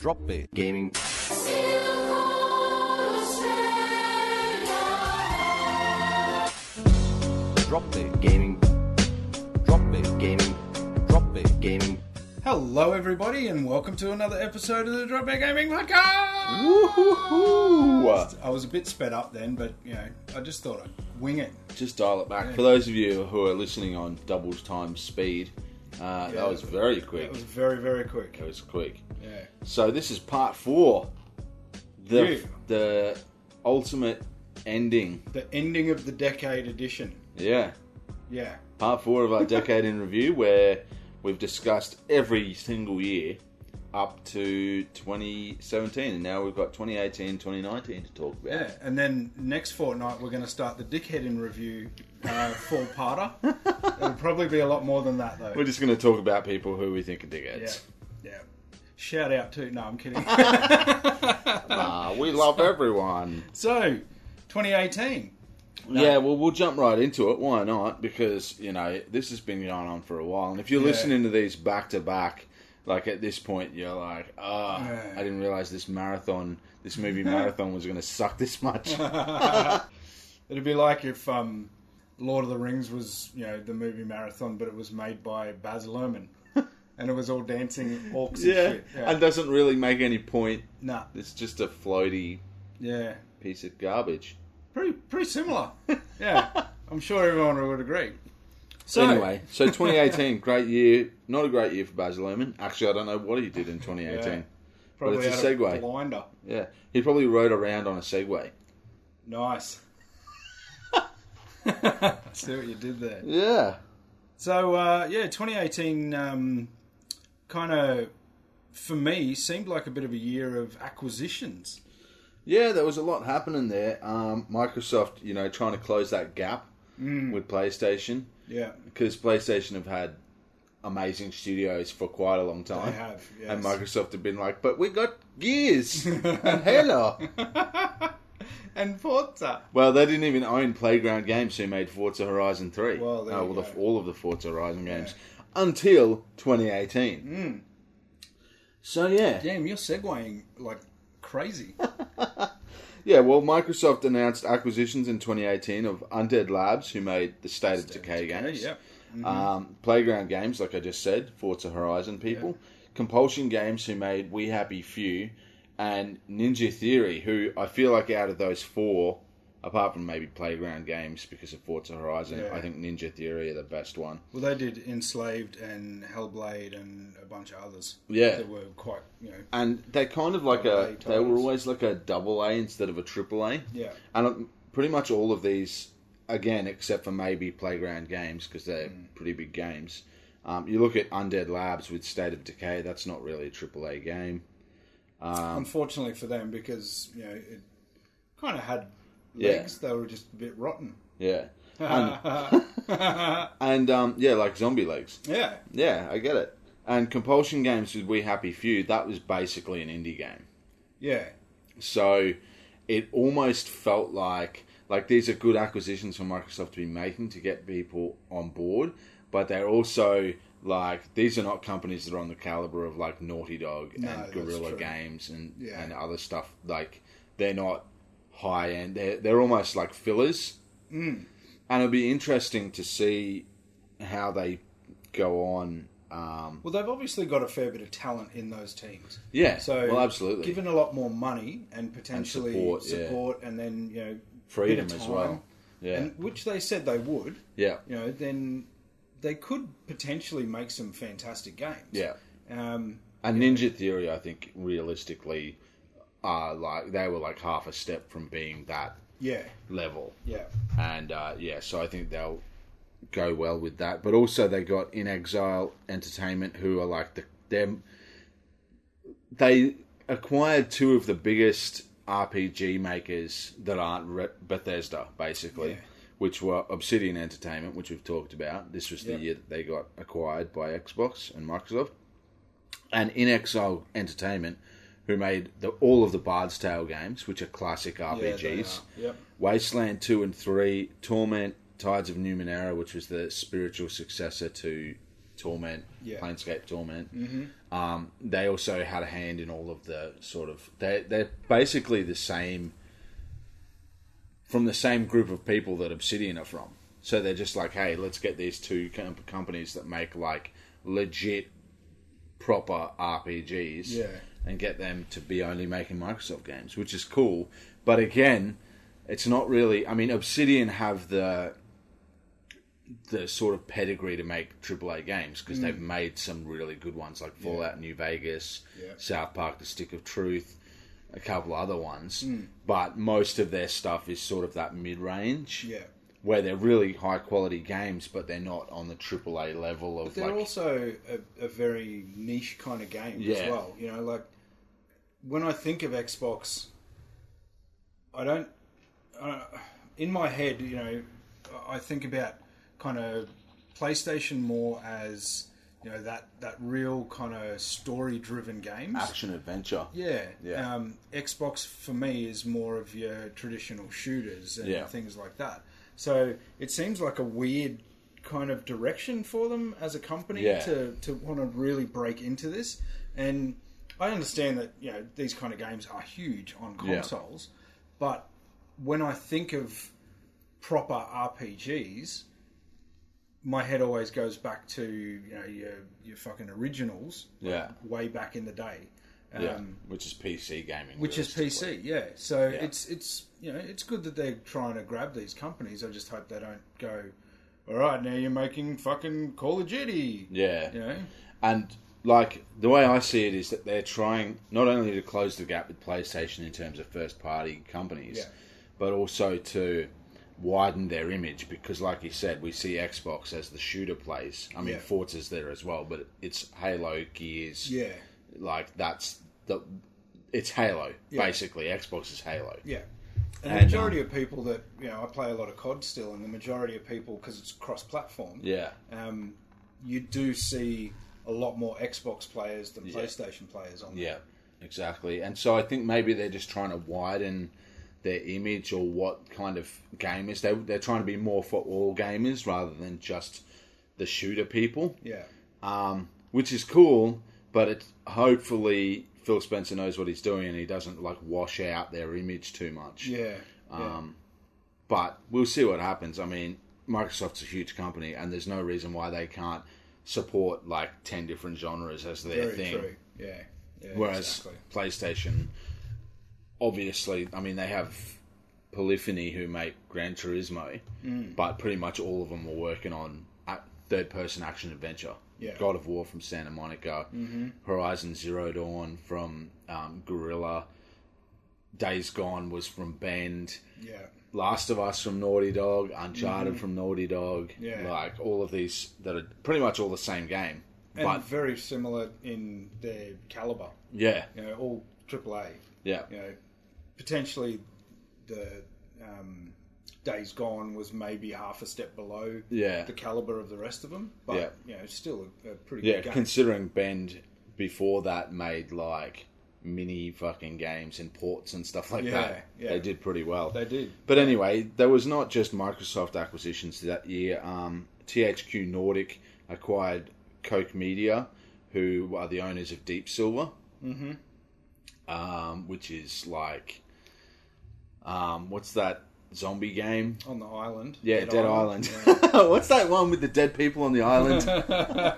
drop B. gaming. Drop B. gaming, Drop B. gaming, Drop B. gaming. Hello, everybody, and welcome to another episode of the Drop Bear Gaming Podcast. Woohoo! I was a bit sped up then, but you know, I just thought I'd wing it. Just dial it back. For those of you who are listening on double time speed, uh, that was very quick. It was very, very quick. That was quick. Yeah, So this is part four. The Yeah. the ultimate ending. the ending of the decade edition. Yeah. Yeah, Part four of our decade in review, where we've discussed every single year up to 2017, and now we've got 2018, 2019 to talk about. yeah. And then next fortnight, we're going to start the Dickhead in Review uh, four-parter. It'll probably be a lot more than that, though. We're just going to talk about people who we think are yeah, dickheads. yeah. Shout out to no, I'm kidding. Ah, we love everyone. so, 2018. Yeah, well, we'll jump right into it. Why not? Because you know this has been going on for a while, and if you're Yeah. listening to these back to back, like at this point, you're like, ah, Yeah. I didn't realize this marathon, this movie marathon, was going to suck this much. It'd be like if um, Lord of the Rings was, you know, the movie marathon, but it was made by Baz Luhrmann, and it was all dancing orcs and yeah, shit. Yeah. and doesn't really make any point. nah, It's just a floaty yeah, piece of garbage. pretty pretty similar. Yeah, I'm sure everyone would agree. So anyway, so 2018, great year. Not a great year for Baz Luhrmann. Actually, I don't know what he did in 2018. Yeah. probably it's a out of segue. blinder. Yeah, he probably rode around on a Segway. Nice. See what you did there. Yeah. So uh, yeah, 2018 um, kind of for me seemed like a bit of a year of acquisitions. Yeah, there was a lot happening there. Um, Microsoft, you know, trying to close that gap Hmm. with PlayStation Mm. Yeah, because PlayStation have had amazing studios for quite a long time. I have. Yes. And Microsoft have been like, but we got Gears and Halo. and Forza. Well, they didn't even own Playground Games, who made Forza Horizon 3. Well, there Uh, you The, go. all of the Forza Horizon games until 2018. So, yeah. Damn, you're segueing like crazy. Yeah, well, Microsoft announced acquisitions in 2018 of Undead Labs, who made the State, of Decay, games, yep. Mm-hmm. Uh, um, Playground Games, like I just said, Forza Horizon people, Compulsion Games, who made We Happy Few, and Ninja Theory, who I feel like out of those four, apart from maybe Playground Games because of Forza Horizon, Yeah. I think Ninja Theory are the best one. Well, they did Enslaved and Hellblade and a bunch of others. Yeah. that were quite you know. And they kind of like Double A a, they were titles. always like a double A instead of a triple A. Yeah, And um, pretty much all of these, again, except for maybe Playground Games, because they're pretty big games. Um, you look at Undead Labs with State of Decay, that's not really a AAA game. Um, unfortunately for them because you know it kind of had Yeah. legs. They were just a bit rotten. Yeah. And, and um, yeah, like Zombie Legs. Yeah, Yeah, I get it. And Compulsion Games with We Happy Few, that was basically an indie game. yeah, So it almost felt like like these are good acquisitions for Microsoft to be making to get people on board, but they're also like these are not companies that are on the caliber of like Naughty Dog No, that's and Guerrilla true. Games and Yeah. and other stuff. Like they're not high end. They're they're almost like fillers. Mm. And it'll be interesting to see how they go on. Um, Well, they've obviously got a fair bit of talent in those teams. yeah. So, well, absolutely. given a lot more money and potentially support, support, yeah. and then you know bit of freedom as time, well. Yeah. and which they said they would. yeah. you know, then they could potentially make some fantastic games. Yeah. Um, And Ninja Theory, I think, realistically, are like they were like half a step from being that yeah. level, Yeah. and uh, yeah, so I think they'll go well with that. But also, they got In Exile Entertainment, who are like the them. They acquired two of the biggest RPG makers that aren't Re- Bethesda, basically. Yeah. Which were Obsidian Entertainment, which we've talked about. This was the Yep. year that they got acquired by Xbox and Microsoft and In Exile Entertainment, who made the, all of the Bard's Tale games, which are classic they RPGs. are. Yep. Wasteland 2 and 3, Torment, Tides of Numenera, which was the spiritual successor to Torment, Yeah. Planescape Torment. Mm-hmm. Um, they also had a hand in all of the sort of they they're basically the same from the same group of people that Obsidian are from. So they're just like, hey, let's get these two com- companies that make like legit proper RPGs Yeah. and get them to be only making Microsoft games, which is cool. But again, it's not really. I mean, Obsidian have the the sort of pedigree to make AAA games Mm. because they've made some really good ones like Fallout New Vegas, Yeah. South Park: The Stick of Truth, a couple other ones. Mm. But most of their stuff is sort of that mid range Yeah. where they're really high quality games, but they're not on the AAA level But of they're like also a, a very niche kind of game Yeah. as well. You know, like when I think of Xbox, I don't. Uh, in my head, you know, I- I think about kind of PlayStation more as you know that that real kind of story driven games. action adventure. Yeah. Yeah. Um, Xbox for me is more of your traditional shooters and Yeah. things like that. So it seems like a weird kind of direction for them as a company Yeah. to, to want to really break into this. And I understand that, you know, these kind of games are huge on Yeah. consoles, but when I think of proper RPGs, my head always goes back to, you know, your your fucking originals Yeah. way back in the day. Um, Yeah, which is PC gaming. which is realistically. PC, yeah. So Yeah. it's it's you know it's good that they're trying to grab these companies. I just hope they don't go. All right, now you're making fucking Call of Duty. Yeah. You know, And like the way I see it is that they're trying not only to close the gap with PlayStation in terms of first party companies, Yeah. but also to widen their image because like you said, we see Xbox as the shooter place. I mean Yeah. Forza's there as well, but it's Halo, Gears, yeah, like that's the it's Halo, Yeah. basically. Xbox is Halo. yeah. And, And, um, the majority of people that you know, I play a lot of COD still, and the majority of people because it's cross-platform. Yeah. Um, you do see a lot more Xbox players than PlayStation players on. Yeah, exactly. And so I think maybe they're just trying to widen their image or what kind of gamers they they're trying to be more for all gamers rather than just the shooter people, there. Yeah. um, which is cool. But it hopefully Phil Spencer knows what he's doing and he doesn't like wash out their image too much. Yeah. yeah. Um, But we'll see what happens. I mean, Microsoft's a huge company, and there's no reason why they can't support like ten different genres as their Very thing. true. Yeah. yeah Whereas exactly. PlayStation, obviously, I mean, they have Polyphony who make Gran Turismo, Mm. but pretty much all of them were working on third person action adventure. Yeah. Mm-hmm. God of War from Santa Monica, Horizon Zero Dawn from um, Gorilla, Days Gone was from Bend. Yeah. Last of Us from Naughty Dog, Uncharted from Naughty Dog, Mm-hmm. Yeah. like all of these that are pretty much all the same game, and but very similar in their caliber. yeah, You know, all AAA. yeah, You know, potentially the um, Days Gone was maybe half a step below yeah. the caliber of the rest of them, but Yeah. you know, it's still a, a pretty Yeah, good game. considering Bend before that made like mini fucking games and ports and stuff like Yeah, that. yeah. They did pretty well. they did. But anyway, there was not just Microsoft acquisitions that year. Um, THQ Nordic acquired Coke Media, who are the owners of Deep Silver, Mm-hmm. um, which is like, um, what's that zombie game? On the island. Yeah, Dead, Island. What's that one with the dead people on the island? Yeah.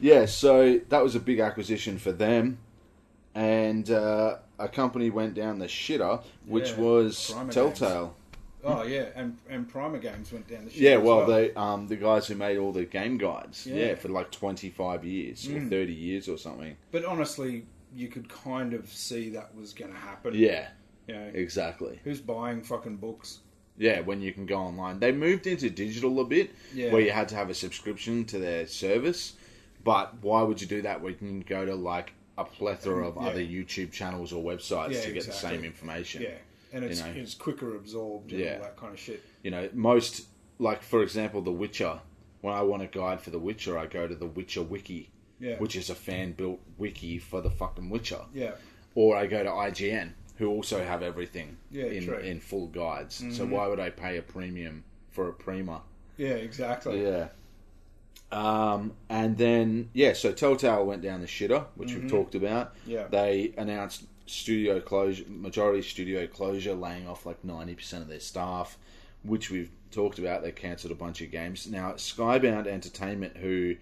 Yeah, so that was a big acquisition for them, and uh, a company went down the shitter, which Yeah, was Primer Telltale. oh yeah, and and Primer Games went down the ship. Yeah, as well, they um, the guys who made all the game guides, yeah, Yeah. for like twenty five years or Mm. thirty years or something. But honestly, you could kind of see that was going to happen. Yeah, You know, exactly. who's buying fucking books? Yeah, when you can go online, they moved into digital a bit, Yeah. where you had to have a subscription to their service. But why would you do that when you can go to like a plethora of Yeah. other YouTube channels or websites Yeah, to get the exactly. same information? Yeah, and it's, know. it's quicker absorbed and Yeah. all that kind of shit. you know most like for example the witcher when i want a guide for the witcher i go to the witcher wiki Yeah, which is a fan built wiki for the fucking witcher yeah, or i go to ign who also have everything Yeah, in, true. Mm-hmm. in full guides so why would i pay a premium for a prima yeah, exactly. yeah Um, and then yeah, so Telltale went down the shitter, which we've talked about. Mm-hmm. Yeah. they announced studio closure, majority studio closure, laying off like ninety percent of their staff, which we've talked about. They cancelled a bunch of games. Now Skybound Entertainment, who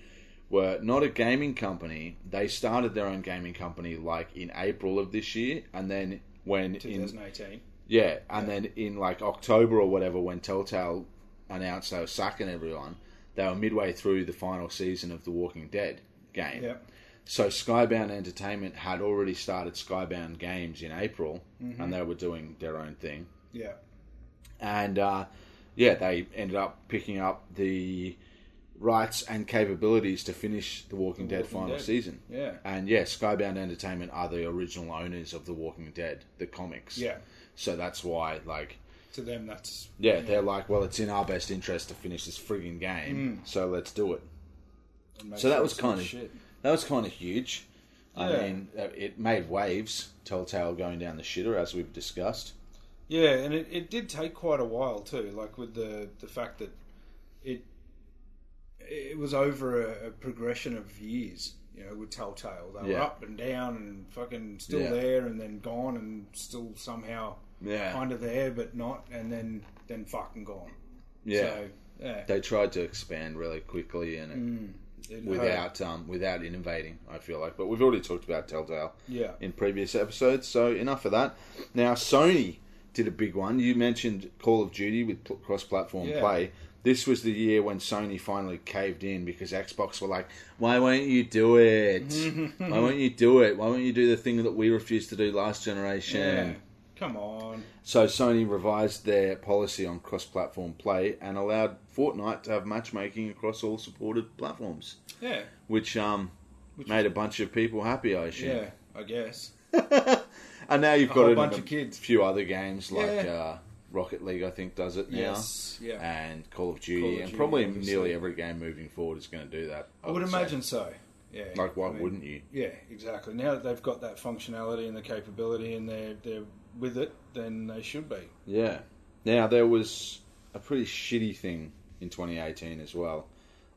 were not a gaming company, they started their own gaming company like in April of this year, and then when in 2018. yeah, and then in like October or whatever, when Telltale announced they were sacking everyone, they were midway through the final season of the Walking Dead game. Yeah. So Skybound Entertainment had already started Skybound Games in April, Mm-hmm. and they were doing their own thing. Yeah. And uh, yeah, they ended up picking up the rights and capabilities to finish the Walking Dead Walking final Dead. season. Yeah. And yeah, Skybound Entertainment are the original owners of the Walking Dead, the comics. Yeah. So that's why, like, To them, that's yeah, they're like, well, it's in our best interest to finish this frigging game, so let's do it. So that was kind of shit. that was kind of huge. I Yeah. mean, uh, it made waves. Telltale going down the shitter, as we've discussed. Yeah, and it, it did take quite a while too. Like with the the fact that it it was over a, a progression of years. You know, with Telltale, they were Yeah. up and down and fucking still Yeah. there, and then gone, and still somehow Yeah, kind of there but not, and then then fucking gone. yeah. So, yeah, They tried to expand really quickly and it, it hurt. without um, without innovating. I feel like, but we've already talked about Telltale yeah, in previous episodes, so enough of that. Now, Sony did a big one. You mentioned Call of Duty with pl- cross-platform Yeah. play. This was the year when Sony finally caved in because Xbox were like, "Why won't you do it? Mm-hmm. Why won't you do it? Why won't you do the thing that we refused to do last generation?" yeah. Come on, So Sony revised their policy on cross-platform play and allowed Fortnite to have matchmaking across all supported platforms, yeah, which um made a bunch of people happy, I assume. yeah. I guess. And now you've A got whole it in bunch of kids. few other games like Yeah. uh, Rocket League, I think, does it now. Yes, yeah. And Call of Duty, Call of and Duty, probably obviously. nearly every game moving forward is going to do that. I would say. imagine so. Yeah. Like, why I mean, wouldn't you? Yeah, exactly. Now that they've got that functionality and the capability, and they're they're with it, then they should be. Yeah. Now there was a pretty shitty thing in 2018 as well.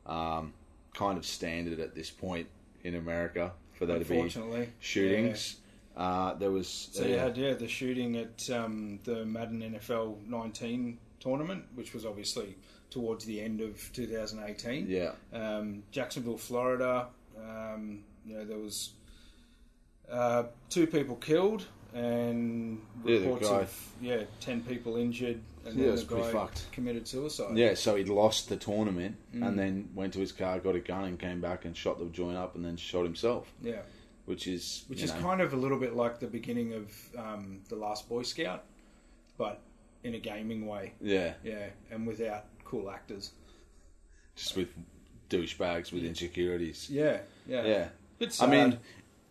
Um, kind of standard at this point in America for there to be Unfortunately, shootings. Uh, there was Yeah. So you had yeah the shooting at um, the Madden NFL 19 tournament, which was obviously towards the end of 2018. yeah um, Jacksonville, Florida. Um, you know, there was uh, two people killed and Yeah, the reports guy- of yeah ten people injured, and Yeah, then it was the pretty guy fucked. committed suicide. Yeah, so he lost the tournament and then went to his car, got a gun, and came back and shot the joint up, and then shot himself, yeah, which is which you is know, kind of a little bit like the beginning of um, the Last Boy Scout, but in a gaming way. yeah, Yeah, and without cool actors. just with douchebags with insecurities. Yeah, yeah, uh, Yeah, Bit I sad. mean,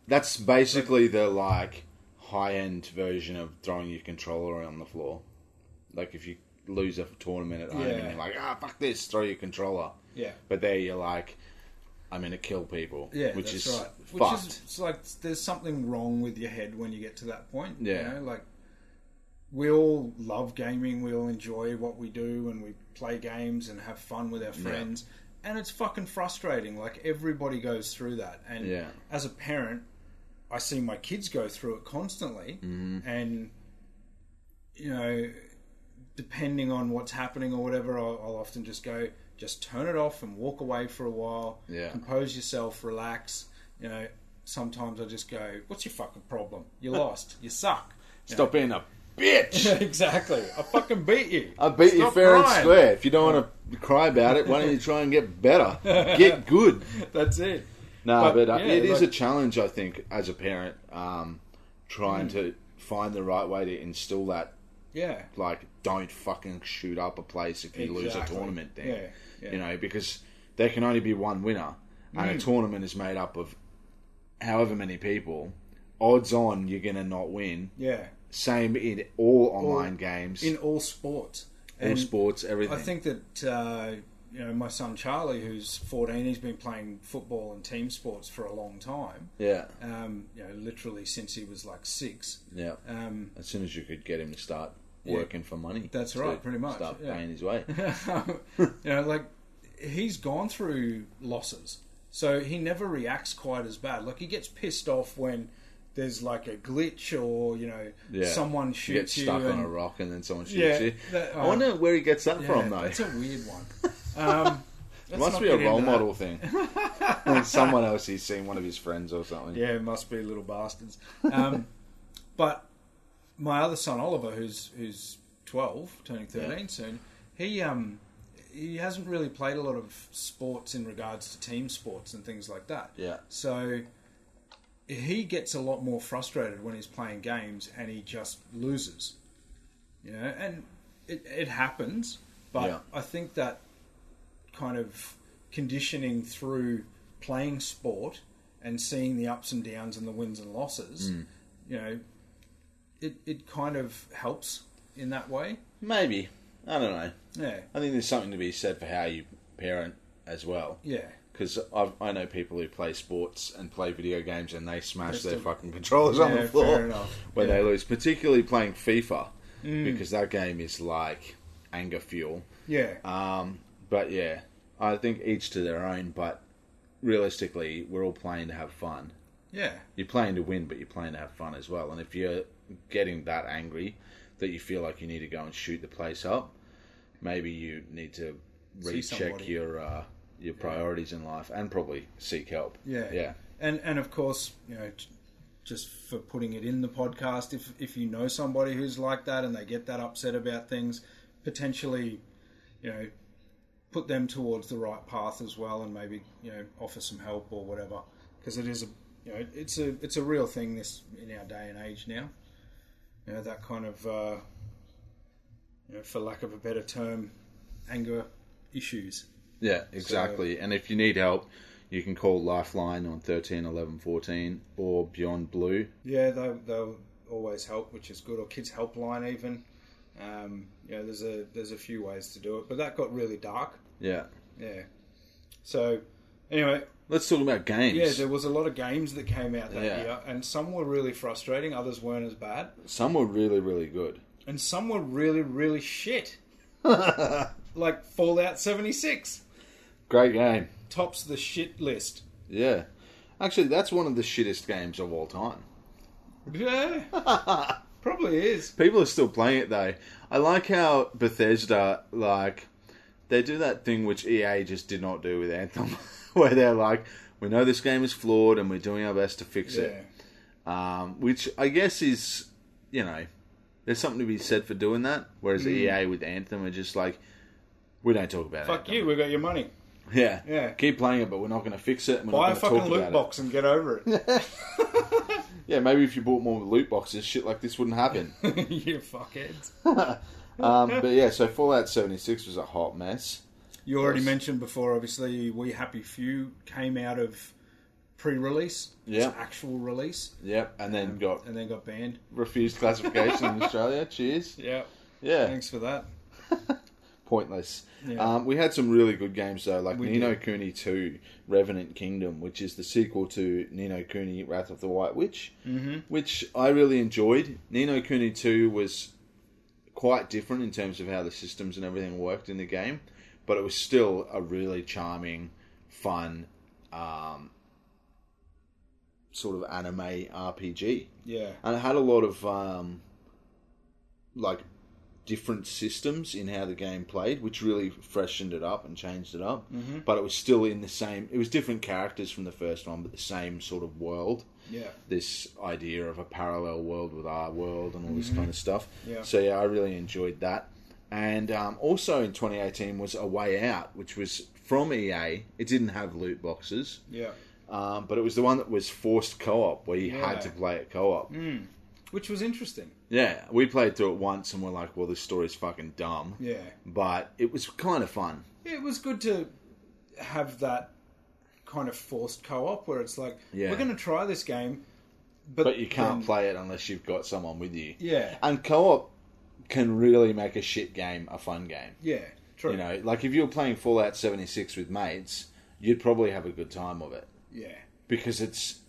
that's basically the like high end version of throwing your controller on the floor. Like if you lose a tournament at home and Yeah. you're like, ah, fuck this, throw your controller. yeah. But there you're like, I'm gonna kill people. Yeah, which that's is right. fucked. Which is it's like there's something wrong with your head when you get to that point. Yeah. you know? like we all love gaming. We all enjoy what we do, and we play games and have fun with our friends. And it's fucking frustrating. Like everybody goes through that. And Yeah. as a parent, I see my kids go through it constantly, Mm-hmm. and you know, depending on what's happening or whatever, I'll, I'll often just go, just turn it off and walk away for a while. Yeah. Compose yourself, relax. You know, sometimes I just go, "What's your fucking problem? You lost. you suck." You Stop being a bitch. know? exactly. I fucking beat you. I beat you Stop fair and crying. square. If you don't want to cry about it, why don't you try and get better? Get good. That's it. No, but, But, uh, yeah, it is like- a challenge, I think, as a parent, um, Mm. trying to find the right way to instill that. Yeah. Like, don't fucking shoot up a place if you lose a Exactly. tournament thing. Yeah, yeah. Mm. You know, because there can only be one winner, and a tournament is made up of however many people. Odds on you're going to not win. Yeah. Same in all online games, In all sports. all And- sports, everything. I think that uh, you know my son Charlie, who's 14, he's been playing football and team sports for a long time. yeah. Um, you know, literally since he was like six. Yeah. Um, as soon as you could get him to start Yeah. working for money. That's to right, pretty much, Start yeah. paying his way. you know, like he's gone through losses, so he never reacts quite as bad. Like he gets pissed off when there's like a glitch or you know Yeah. someone You get shoots you. stuck on and- a rock and then someone shoots Yeah, you. that- oh. I wonder where he gets that Yeah, from though. that's a weird one. Um, let's It must not be get a into role that. model thing. someone else he's seen, one of his friends or something. Yeah, it must be little bastards. Um, but my other son Oliver, who's who's twelve, turning thirteen soon, he um he hasn't really played a lot of sports in regards to team sports and things like that. Yeah. So he gets a lot more frustrated when he's playing games and he just loses. You know, and it, it happens, but Yeah. I think that kind of conditioning through playing sport and seeing the ups and downs and the wins and losses, Mm. you know, it, it kind of helps in that way. Maybe. I don't know. Yeah. I think there's something to be said for how you parent as well. Yeah. Because I know people who play sports and play video games and they smash Just their a- fucking controllers on Yeah, the floor fair enough. when Yeah. Mm. they lose, particularly playing FIFA because that game is like anger fuel. Yeah. Um, but yeah, I think each to their own. But realistically, we're all playing to have fun. yeah. You're playing to win, but you're playing to have fun as well. And if you're getting that angry that you feel like you need to go and shoot the place up, maybe you need to See recheck somebody. your uh, your priorities in life and probably seek help. Yeah. yeah, And and of course, you know, j- just for putting it in the podcast, if if you know somebody who's like that and they get that upset about things, potentially, you know, put them towards the right path as well, and maybe you know offer some help or whatever, because it is a you know it's a it's a real thing this in our day and age now. You know that kind of, uh, you know, for lack of a better term, anger issues. yeah, exactly. and if you need help, you can call Lifeline on thirteen eleven fourteen or Beyond Blue. Yeah, they'll, they'll always help, which is good. Or Kids Helpline, even. Um, you know, there's a there's a few ways to do it, but that got really dark. Yeah, Yeah. So, anyway, let's talk about games. yeah, there was a lot of games that came out that Yeah. year, and some were really frustrating, others weren't as bad, Some were really, really good. and some were really really shit. like Fallout 76 Great game. tops the shit list. Yeah. Actually, that's one of the shittest games of all time. Yeah, probably is. People are still playing it though. I like how Bethesda like they do that thing which EA just did not do with Anthem, where they're like, "We know this game is flawed, and we're doing our best to fix Yeah, it." Um, which I guess is, you know, there's something to be said for doing that. Whereas Mm. EA with Anthem are just like, "We don't talk about fuck Anthem." you. We got your money. Yeah, Yeah. Keep playing it, but we're not going to fix it. And we're Buy a not going fucking to talk loot about box and get over it. it. Yeah, maybe if you bought more loot boxes, shit like this wouldn't happen. you fuckheads. um, but yeah, so Fallout 76 was a hot mess. You already Yes. mentioned before, obviously, We Happy Few came out of pre-release, its Yeah. actual release, Yep, and then got and then got banned. refused classification in Australia. Cheers. Yeah, Yeah, thanks for that. pointless. Yeah. Um, we had some really good games though, like We Nino did. Cooney 2 Revenant Kingdom, which is the sequel to Nino Cooney Wrath of the White Witch, mm-hmm. which I really enjoyed. Nino Cooney 2 was quite different in terms of how the systems and everything worked in the game, but it was still a really charming, fun, um, sort of anime RPG. Yeah, and it had a lot of um, like different systems in how the game played, which really freshened it up and changed it up. Mm-hmm. But it was still in the same. It was different characters from the first one, but the same sort of world. yeah, This idea of a parallel world with our world and all this kind of stuff. Mm-hmm. Yeah. So yeah, I really enjoyed that. And um, also in 2018 was A Way Out, which was from EA. It didn't have loot boxes, yeah. um, but it was the one that was forced co-op, where you had Yeah. to play it co-op. Hmm. Which was interesting. Yeah, we played through it once and we're like, well, this story's fucking dumb. Yeah, But it was kind of fun. it was good to have that kind of forced co-op where it's like, Yeah. we're going to try this game, but, But you can't then- play it unless you've got someone with you. Yeah, And co op can really make a shit game a fun game. yeah, true. You know, like if you were playing Fallout 76 with mates, you'd probably have a good time of it yeah, because it's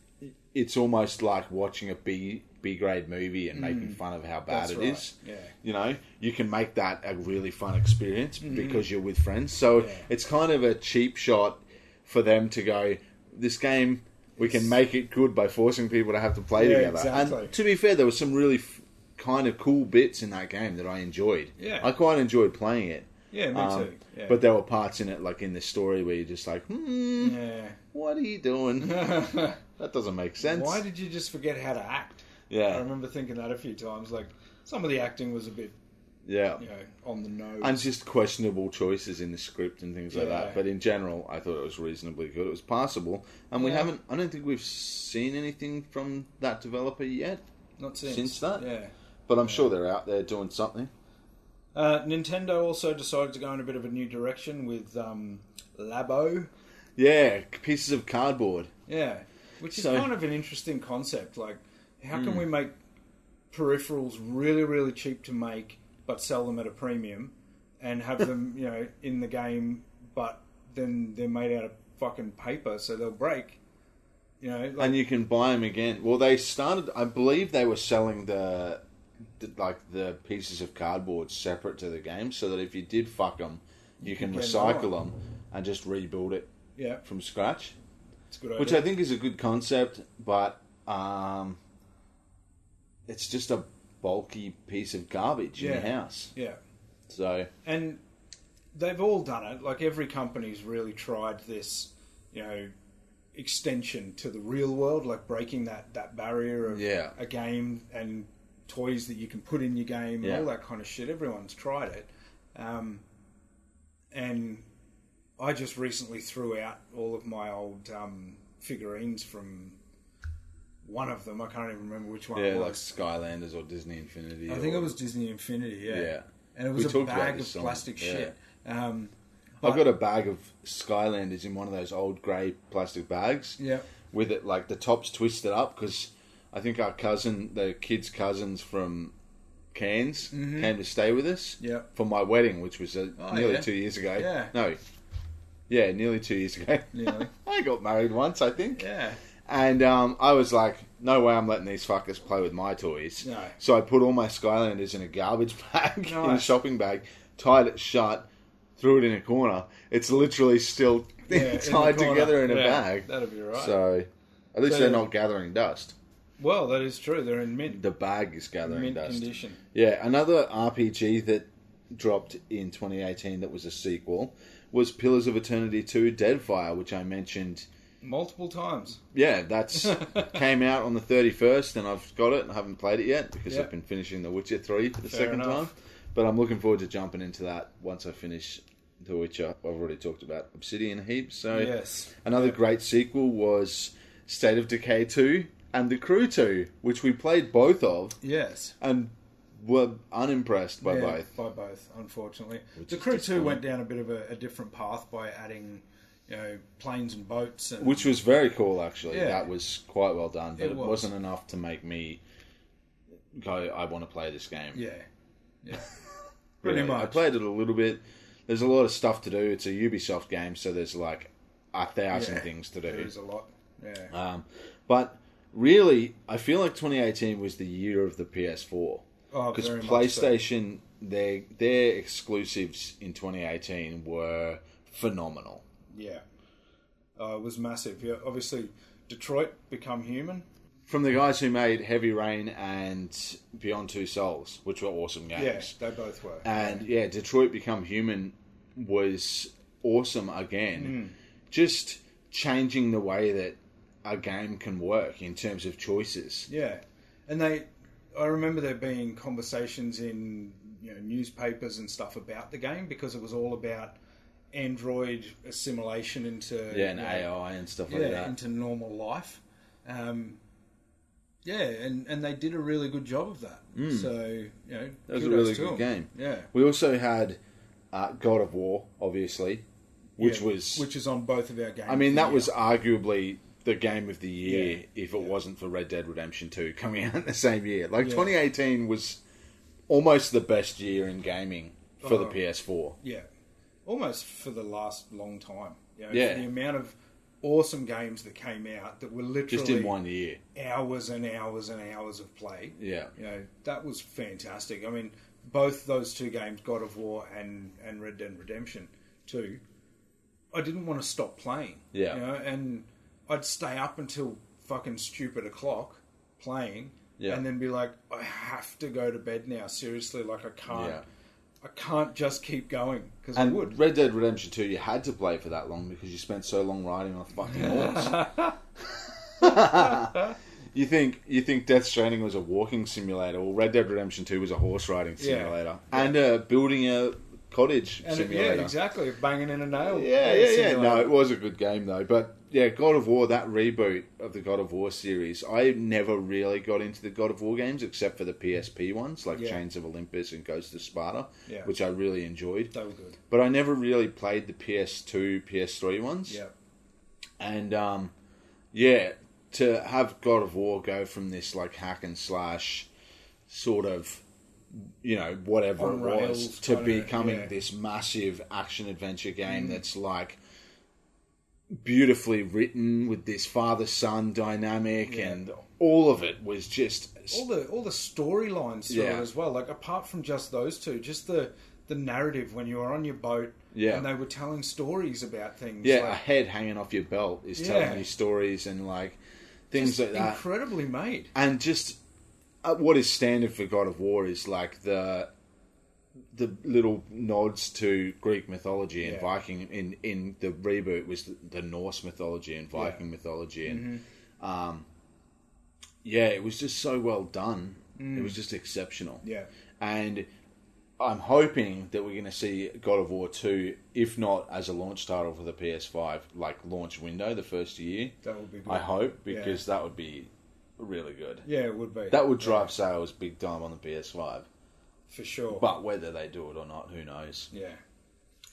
it's almost like watching a B B grade movie and making fun of how Mm. bad That's it is. right, yeah. You know, you can make that a really fun experience because you're with friends. So Mm-hmm. Yeah. it's kind of a cheap shot for them to go, this game, we can make it good by forcing people to have to play Yeah, together. exactly. And to be fair, there were some really f- kind of cool bits in that game that I enjoyed. Yeah. I quite enjoyed playing it. Yeah, me Um, too. Yeah. But there were parts in it, like in the story, where you're just like, hmm, yeah. what are you doing? That doesn't make sense. Why did you just forget how to act? I yeah, remember thinking that a few times. Like some of the acting was a bit, yeah. you know, on the nose. And just questionable choices in the script and things like Yeah. that. But in general, I thought it was reasonably good. It was passable, and we Yeah. haven't. I don't think we've seen anything from that developer yet. Not since. Since that? Yeah. But I'm sure they're out there doing something. Uh, Nintendo also decided to go in a bit of a new direction with um, Labo. Yeah, pieces of cardboard. Yeah. Which is So- Hmm. kind of an interesting concept. Like, how can we make peripherals really, really cheap to make, but sell them at a premium and have them, you know, in the game, but then they're made out of fucking paper, so they'll break. You know, like, and you can buy them again. Well, they started. I believe they were selling the, the like the pieces of cardboard separate to the game, so that if you did fuck them, you, can, get recycle another them and just rebuild it yeah, from scratch, it's a good idea. which I think is a good concept. But um, it's just a bulky piece of garbage in Yeah. your house. yeah. So and they've all done it. Like every company's really tried this, you know, extension to the real world, like breaking that that barrier of Yeah. a game and toys that you can put in your game, Yeah. and all that kind of shit. Everyone's tried it, um, and I just recently threw out all of my old um, figurines from. One of them, I can't even remember which one yeah, it like was. Skylanders or Disney Infinity. I think or- it was Disney Infinity, yeah. Yeah. And it We was a talked about bag this of song, plastic yeah. shit. Um, I've got a bag of Skylanders in one of those old grey plastic bags. Yeah. With it, like the top's twisted up because I think our cousin, the kid's cousins from Cairns, came to stay with us. Yeah. For my wedding, which was uh, Mm-hmm. Oh, nearly yeah. two years ago. Yeah. No. Yeah, nearly two years ago. Nearly. I got married once, I think. Yeah. And um, I was like, no way I'm letting these fuckers play with my toys. No. So I put all my Skylanders in a garbage bag, in a Nice. shopping bag, tied it shut, threw it in a corner. It's literally still Yeah, in the tied corner. together in a Yeah, bag. that'd be right. So at least So they're then- not gathering dust. Well, that is true. They're in mint, The bag is gathering mint dust. condition. Yeah, another RPG that dropped in 2018 that was a sequel was Pillars of Eternity 2 Deadfire, which I mentioned Multiple times. yeah, that's came out on the thirty first, and I've got it and I haven't played it yet because Yeah. I've been finishing The Witcher three for the Fair second enough. time. But I'm looking forward to jumping into that once I finish The Witcher. I've already talked about Obsidian heaps, so Yes. another great sequel was State of Decay two and The Crew two, which we played both of Yes. and were unimpressed by Yeah, both. By both, unfortunately. the is crew too disappointing. went down a bit of a, a different path by adding, you know, planes and boats and Which was very cool, actually. Yeah. That was quite well done, but It it, was. was. not enough to make me go. I want to play this game. yeah, yeah, pretty You know, I much. played it a little bit. There's a lot of stuff to do. It's a Ubisoft game, so there's like a thousand Yeah. things to There do. is a lot. Yeah. Um, but really, I feel like 2018 was the year of the PS4 Oh, because very much so. PlayStation their their exclusives in 2018 were phenomenal. Yeah. Uh, it was massive. Yeah. Obviously, Detroit become human. From the guys who made Heavy Rain and Beyond Two Souls, which were awesome games. Yes, they both were. And yeah, Detroit Become Human was awesome Hmm. again. Just changing the way that a game can work in terms of choices. Yeah, and they, I remember there being conversations in you know newspapers and stuff about the game because it was all about android assimilation into Yeah, and you know, AI and stuff like yeah, that. into normal life. Um, yeah, and, and they did a really good job of that. So you know, Hmm. That was kudos a really to good 'em. game. Yeah, we also had uh, God of War, obviously, which Yeah, was. which is on both of our games. I mean, that yeah. was arguably the game of the year Yeah. if it wasn't for Red Dead Redemption 2 coming out in the same year. Like, Yeah. 2018 was almost the best year in gaming for the Oh. PS4. yeah, almost for the last long time. You know, Yeah. for the amount of awesome games that came out that were literally Just in one year. hours and hours and hours of play. Yeah. You know, that was fantastic. I mean, both those two games, God of War and, and Red Dead Redemption 2, I didn't want to stop playing. Yeah. You know, and I'd stay up until fucking stupid o'clock playing Yeah. and then be like, I have to go to bed now. Seriously, like I can't. Yeah. I can't just keep going because I And would. Red Dead Redemption 2, you had to play for that long because you spent so long riding on a fucking horse. you think you think Death Stranding was a walking simulator, or Red Dead Redemption 2 was a horse riding Yeah. simulator, and uh, building a cottage And it- simulator. yeah, exactly. Banging in a nail. Yeah, yeah, yeah. No, simulator. it was a good game though. But yeah, God of War, that reboot of the God of War series, I never really got into the God of War games except for the PSP ones, like Yeah. Chains of Olympus and Ghost of Sparta, Yeah. which I really enjoyed. They were good. But I never really played the PS2, PS3 ones. Yeah. And um, yeah, to have God of War go from this like hack and slash sort of you know whatever On it rails was to kinda, becoming yeah. Mm. this massive action adventure game that's like beautifully written with this father son dynamic Yeah. and all of it was just all the all the storylines through Yeah. it as well. Like apart from just those two, just the the narrative when you were on your boat Yeah. and they were telling stories about things. yeah a like, head hanging off your belt is Yeah. telling you stories and like things just like that incredibly made. and just uh, what is standard for God of War is like the the little nods to Greek mythology and Yeah. Viking in in the reboot was the, the Norse mythology and Viking mythology and um Mm-hmm. yeah it was just so well done it was just exceptional Mm. Yeah, and I'm hoping that we're going to see God of War 2 if not as a launch title for the PS5 like launch window the first year that would be. Good. I hope because that would be really good Yeah, it would be. that would drive sales big time on the PS5. for sure. But whether they do it or not, who knows? yeah,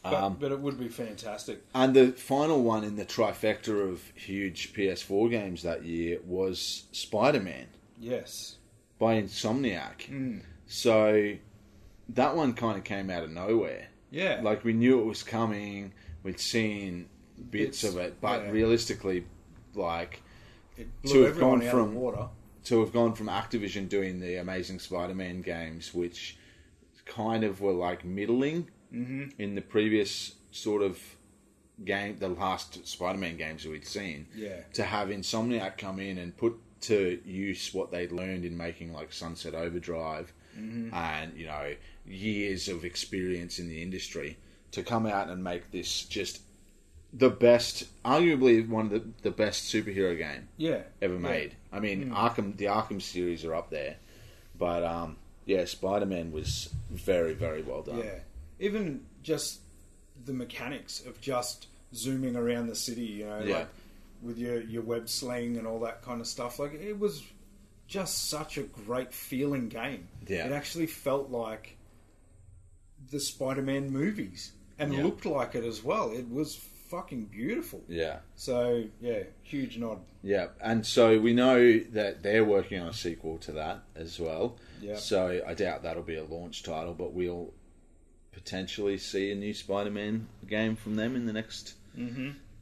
but, Um, but it would be fantastic. And the final one in the trifecta of huge PS4 games that year was Spider Man Yes. by Insomniac. Mm. So that one kind of came out of nowhere. Yeah. Like we knew it was coming, we'd seen bits, Bits, of it, but yeah. realistically, like it to blew have everyone gone out from- of water. to have gone from Activision doing the Amazing Spider-Man games, which kind of were like middling Mm-hmm. in the previous sort of game, the last Spider-Man games that we'd seen, Yeah. to have Insomniac come in and put to use what they'd learned in making like Sunset Overdrive Mm-hmm. and you know years of experience in the industry to come out and make this just the best, arguably one of the, the best superhero game Yeah. ever Yeah. Mm. made. I mean, Arkham, the Arkham series are up there, but um, yeah, Spider Man was very, very well done. Yeah. Even just the mechanics of just zooming around the city, you know, Yeah. like with your, your web sling and all that kind of stuff. Like it was just such a great feeling game. Yeah. It actually felt like the Spider Man movies and Yeah. looked like it as well. It was fucking beautiful. yeah, So yeah, huge nod. yeah. And so we know that they're working on a sequel to that as well. Yeah. So I doubt that'll be a launch title, but we'll potentially see a new Spider Man game from them in the next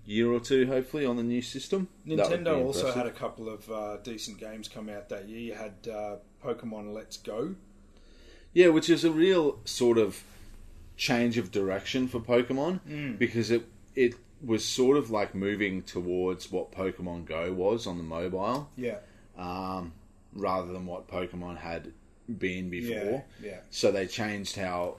year or two, hopefully, on the new system. That would be Mm-hmm. Nintendo also impressive. had a couple of uh, decent games come out that year. You had uh, Pokemon Let's Go. Yeah, which is a real sort of change of direction for Pokemon Mm. because it it was sort of like moving towards what Pokemon Go was on the mobile, Yeah, um, rather than what Pokemon had been before. Yeah, yeah. So they changed how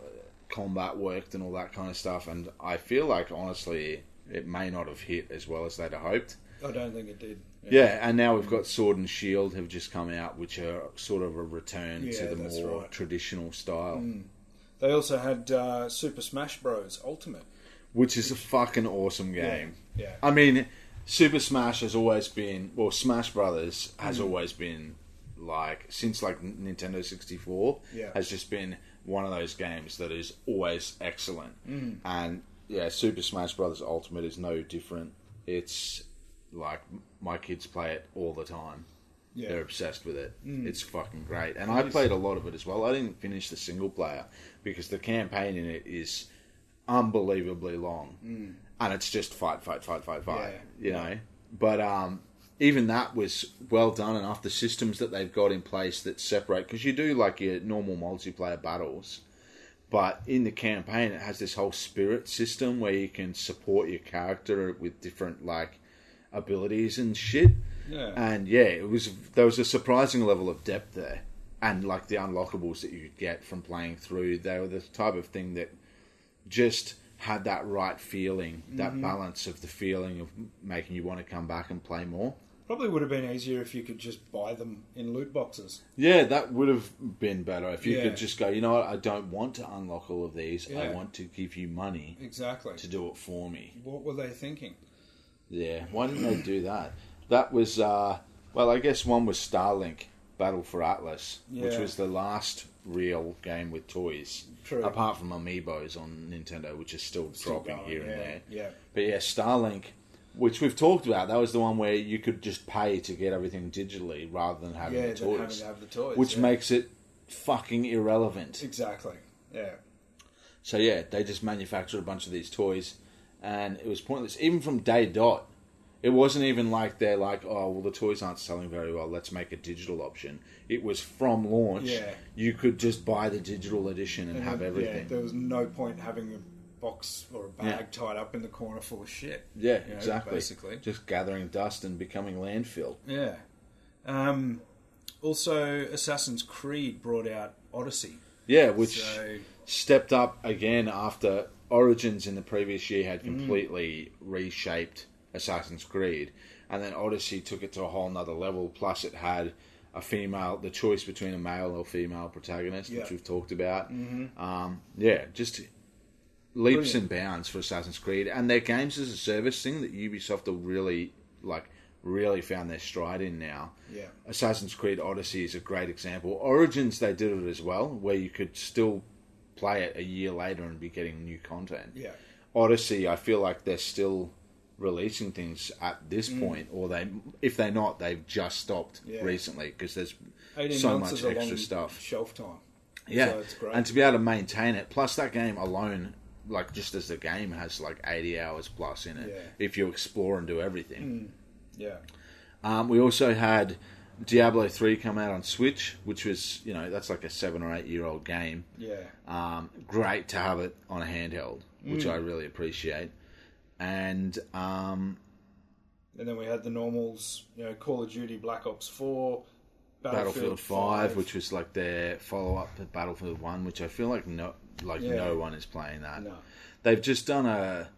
combat worked and all that kind of stuff. And I feel like honestly, it may not have hit as well as they'd have hoped. I don't think it did. Yeah, and now we've got Sword and Shield have just come out, which are sort of a return to Yeah, the that's more right. Mm. traditional style. They also had uh, Super Smash Bros. Ultimate. which is a fucking awesome game. Yeah. I mean, Super Smash has always been, well, Smash Brothers has Mm. always been like since like N- Nintendo 64 Yeah. has just been one of those games that is always excellent. And yeah, Super Smash Brothers Ultimate is no different. It's like m- my kids play it all the time. Yeah. Mm. They're obsessed with it. It's fucking great. And I played a lot of it as well. I didn't finish the single player because the campaign in it is unbelievably long. and it's just fight, fight, fight, fight, fight. Mm. Yeah. You know, but um, even that was well done enough. The systems that they've got in place that separate because you do like your normal multiplayer battles, but in the campaign it has this whole spirit system where you can support your character with different like abilities and shit. Yeah. And yeah, it was there was a surprising level of depth there. And like the unlockables that you could get from playing through, they were the type of thing that just had that right feeling, Mm-hmm. that balance of the feeling of making you want to come back and play more. Probably would have been easier if you could just buy them in loot boxes. Yeah, that would have been better if you Yeah. could just go, you know what, I don't want to unlock all of these. I Yeah. want to give you money Exactly. to do it for me. What were they thinking? Yeah, why didn't they do that? That was, uh, well, I guess one was Starlink Battle for Atlas, which Yeah. was the last real game with toys, True. apart from Amiibos on Nintendo, which is still, Still dropping going, here and yeah, there. Yeah. But yeah, Starlink, which we've talked about, that was the one where you could just pay to get everything digitally rather than having Yeah, the than having toys, to have the toys, which yeah. makes it fucking irrelevant. Exactly. Yeah. So yeah, they just manufactured a bunch of these toys, and it was pointless. Even from day dot, it wasn't even like they're like, oh well, the toys aren't selling very well. Let's make a digital option. It was from launch. Yeah. You could just buy the digital edition and, And have then, everything. Yeah, there was no point having a box or a bag tied up in the corner full of shit. Yeah, you know, exactly. Basically. just gathering dust and becoming landfill. Yeah. Um, also, Assassin's Creed brought out Odyssey. Yeah, which So- stepped up again after Origins in the previous year had completely reshaped Assassin's Creed, and then Odyssey took it to a whole nother level. Plus, it had a female, the choice between a male or female protagonist, Yeah. Mm-hmm. which we've talked about. Um, yeah, just leaps Brilliant. and bounds for Assassin's Creed, and their games as a service thing that Ubisoft are really like really found their stride in now. Yeah. Assassin's Creed Odyssey is a great example. Origins, they did it as well, where you could still play it a year later and be getting new content. Yeah. Odyssey, I feel like they're still releasing things at this point, or they, if they're not, they've just stopped Mm. Yeah. recently because there's 18 so months much is a extra long stuff. Shelf time. Yeah, So it's great. and to be able to maintain it, plus that game alone, like just as the game has like eighty hours plus in it, Yeah. if you explore and do everything. yeah. Um, we also had Diablo three come out on Switch, which was you know that's like a seven or eight year old game. Yeah. Um, great to have it on a handheld, Hmm. which I really appreciate. And um, And then we had the normals, you know, Call of Duty Black Ops 4, Battlefield Five, which was like their follow up to Battlefield One, which I feel like no like Yeah. no one is playing that. No. They've just done a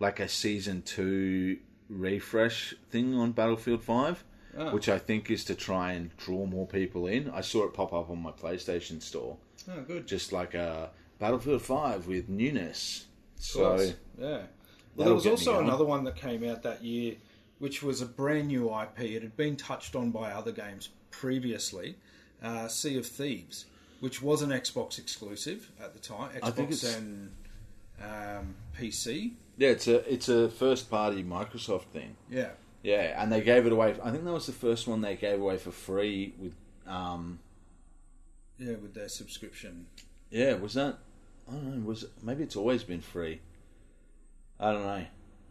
like a season two refresh thing on Battlefield Five, Ah. which I think is to try and draw more people in. I saw it pop up on my PlayStation store, Oh, good. just like a Battlefield Five with newness. So Class. yeah. Well, that'll there was get me also going. another one that came out that year, which was a brand new IP. It had been touched on by other games previously, uh, Sea of Thieves, which was an Xbox exclusive at the time, think Xbox it's- and um, PC. yeah, it's a it's a first party Microsoft thing. Yeah, Yeah, and they gave it away. I think that was the first one they gave away for free with. Um, yeah, with their subscription. Yeah, was that? I don't know. Was maybe it's always been free? I don't know.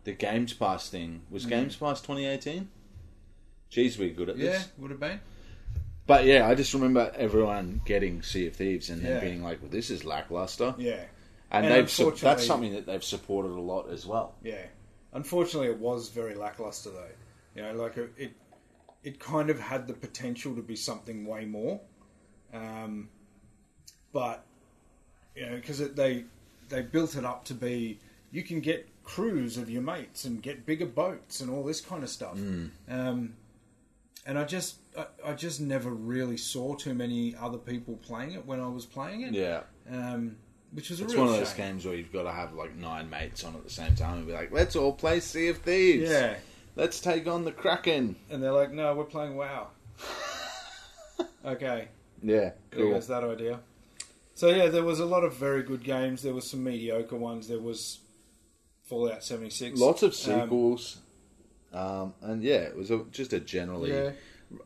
The Games Pass thing was Games Pass 2018. Jeez, we're good at Yeah, this. would have been. But yeah, I just remember everyone getting Sea of Thieves and Yeah. then being like, "Well, this is lackluster," Yeah, And and, they've su- that's unfortunately- something that they've supported a lot as well. yeah. Unfortunately, it was very lackluster though. You know, like it, it, it kind of had the potential to be something way more. Um, but you know, because they they built it up to be you can get crews of your mates and get bigger boats and all this kind of stuff. Hmm. Um, and I just I, I just never really saw too many other people playing it when I was playing it. Yeah, Um, which was a it's real one of those shame. games where you've got to have like nine mates on at the same time and be like, "Let's all play Sea of Thieves." Yeah, let's take on the Kraken. and they're like, "No, we're playing WoW." okay, Yeah, there goes that idea. So yeah, there was a lot of very good games. There was some mediocre ones. There was Fallout seventy six. lots of sequels, um, and yeah, it was a, just a generally Yeah.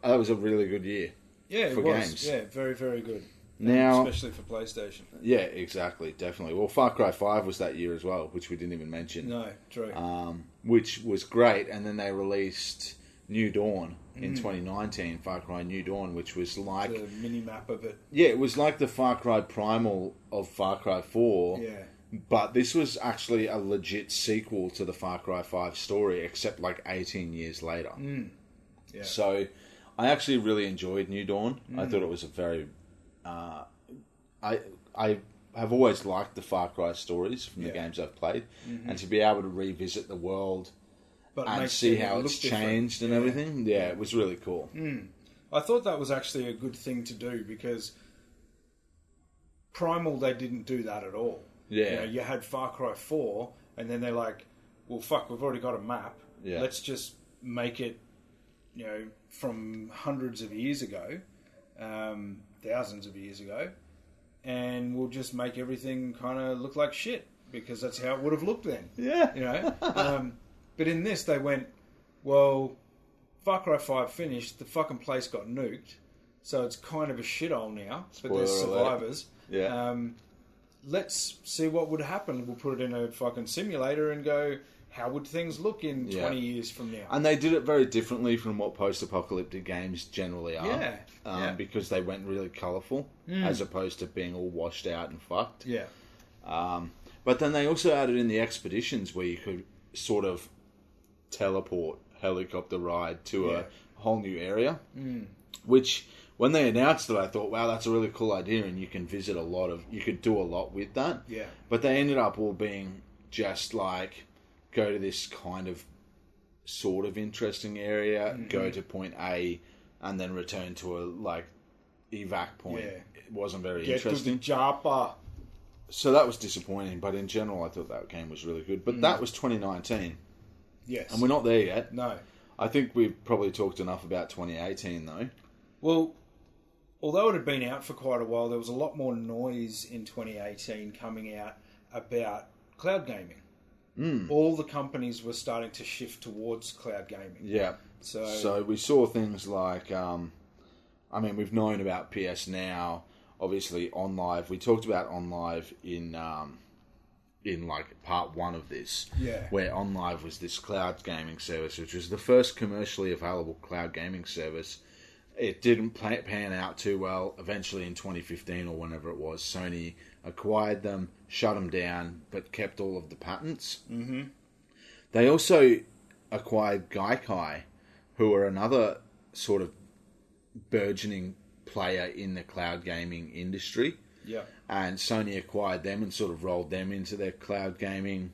that was a really good year. yeah, it for was. games. Yeah, very very good. Now, especially for PlayStation. yeah, exactly, definitely. Well, Far Cry Five was that year as well, which we didn't even mention. No, true. um, which was great. And then they released New Dawn in Mm. 2019, Far Cry New Dawn, which was like the mini map of it. yeah, it was like the Far Cry Primal of Far Cry Four. Yeah. But this was actually a legit sequel to the Far Cry Five story, except like 18 years later. Mm. Yeah. So I actually really enjoyed New Dawn. I thought it was a very uh, I I have always liked the Far Cry stories from the Yeah. Mm-hmm. games I've played, and to be able to revisit the world But it and makes see it how look it's different. changed and Yeah. Mm. everything. Yeah, it was really cool. I thought that was actually a good thing to do because Primal they didn't do that at all. You, Yeah. know, you had Far Cry Four, and then they're like, "Well, fuck, we've already got a map. Yeah. Let's just make it, you know, from hundreds of years ago, um, thousands of years ago, and we'll just make everything kind of look like shit because that's how it would have looked then." Yeah, you know. Um, but in this, they went, well, Far Cry Five finished. The fucking place got nuked, so it's kind of a shithole now. but there's Spoiler alert. survivors. Yeah. Um, let's see what would happen. We'll put it in a fucking simulator and go. How would things look in Yeah. twenty years from now? and they did it very differently from what post-apocalyptic games generally are. Yeah, Um, yeah. Hmm. Because they went really colourful as opposed to being all washed out and fucked. yeah. But then they also added in the expeditions where you could sort of teleport, helicopter ride to Yeah. a whole new area. Mm, Which, when they announced it, I thought, wow, that's a really cool idea, and you can visit a lot of, you could do a lot with that. Yeah. But they ended up all being just like go to this kind of sort of interesting area, Mm-hmm. go to point A, and then return to a like evac point. Yeah. It wasn't very Get to the interesting Japa. so that was disappointing. But in general, I thought that game was really good. Mm. But that was 2019, Yes. and we're not there yet. no. I think we've probably talked enough about 2018, though. Well, although it had been out for quite a while, there was a lot more noise in 2018 coming out about cloud gaming. Mm. Hmm. All the companies were starting to shift towards cloud gaming. Yeah. So, So we saw things like, um, I mean, we've known about PS Now, obviously on live. We talked about on live in um, in like part one of this, Yeah. where on live was this cloud gaming service, which was the first commercially available cloud gaming service. It didn't pla- pan out too well. Eventually, in 2015 or whenever it was, Sony acquired them, shut them down, but kept all of the patents. Mm-hmm. They also acquired Gaikai, who are another sort of burgeoning player in the cloud gaming industry. yeah, And Sony acquired them and sort of rolled them into their cloud gaming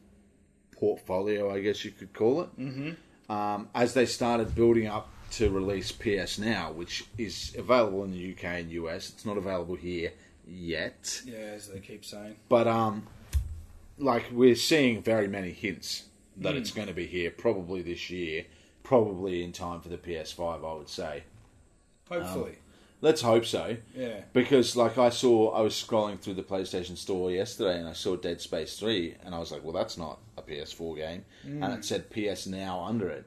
portfolio, I guess you could call it. Mm-hmm. Um, as they started building up to release PS Now, which is available in the UK and US, it's not available here yet. yeah, as they keep saying. But um, like we're seeing very many hints that it's going to be here probably this year, probably in time for the PS5, I would say. Hopefully, Um, Let's hope so. yeah, Because like I saw, I was scrolling through the PlayStation Store yesterday, and I saw Dead Space Three, and I was like, "Well, that's not a PS4 game," and Mm. it said PS Now under it.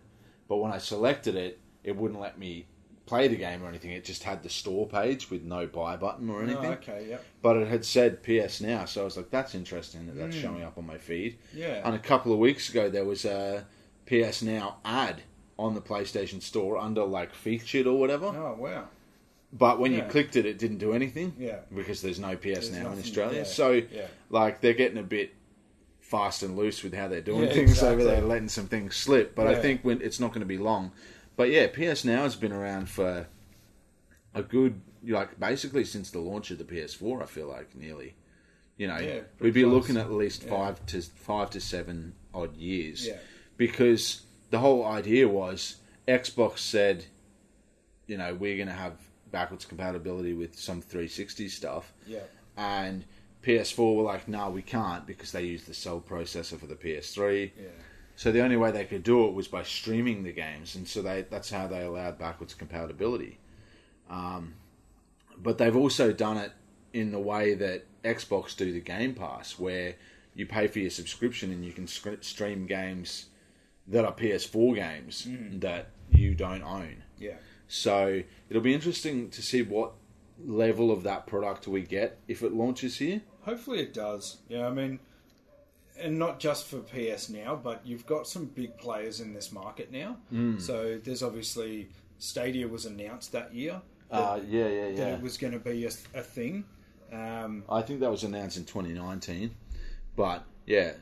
But when I selected it, it wouldn't let me play the game or anything. It just had the store page with no buy button or oh, anything. okay, yep, But it had said PS Now, so I was like, "That's interesting that that's showing up on my feed." Hmm. yeah, And a couple of weeks ago, there was a PS Now ad on the PlayStation Store under like featured or whatever. oh wow, But when Yeah. you clicked it, it didn't do anything. Yeah. Because there's no PS now in nothing- Australia. yeah, So, yeah. like, they're getting a bit fast and loose with how they're doing Yeah, things exactly. over there, letting some things slip. But I Yeah. think when it's not going to be long. But yeah, PS Now has been around for a good, like, basically since the launch of the PS4. I feel like nearly, you know, Yeah, we'd pretty be close. looking at least five to five to seven odd years. Yeah. Because the whole idea was Xbox said you know, we're going to have backwards compatibility with some 360 stuff. yeah, And PS4 were like, no, we can't because they use the cell processor for the PS3. yeah, So the only way they could do it was by streaming the games, and so they that's how they allowed backwards compatibility. Um, but they've also done it in the way that Xbox do the Game Pass, where you pay for your subscription and you can sc- stream games that are PS4 games that you don't own. yeah, So it'll be interesting to see what level of that product we get if it launches here. Hopefully it does. Yeah, I mean, and not just for PS now, but you've got some big players in this market now. Hmm. So there's obviously Stadia was announced that year Uh, yeah, yeah, that it was going to be a, a thing. Um, I think that was announced in 2019, but yeah,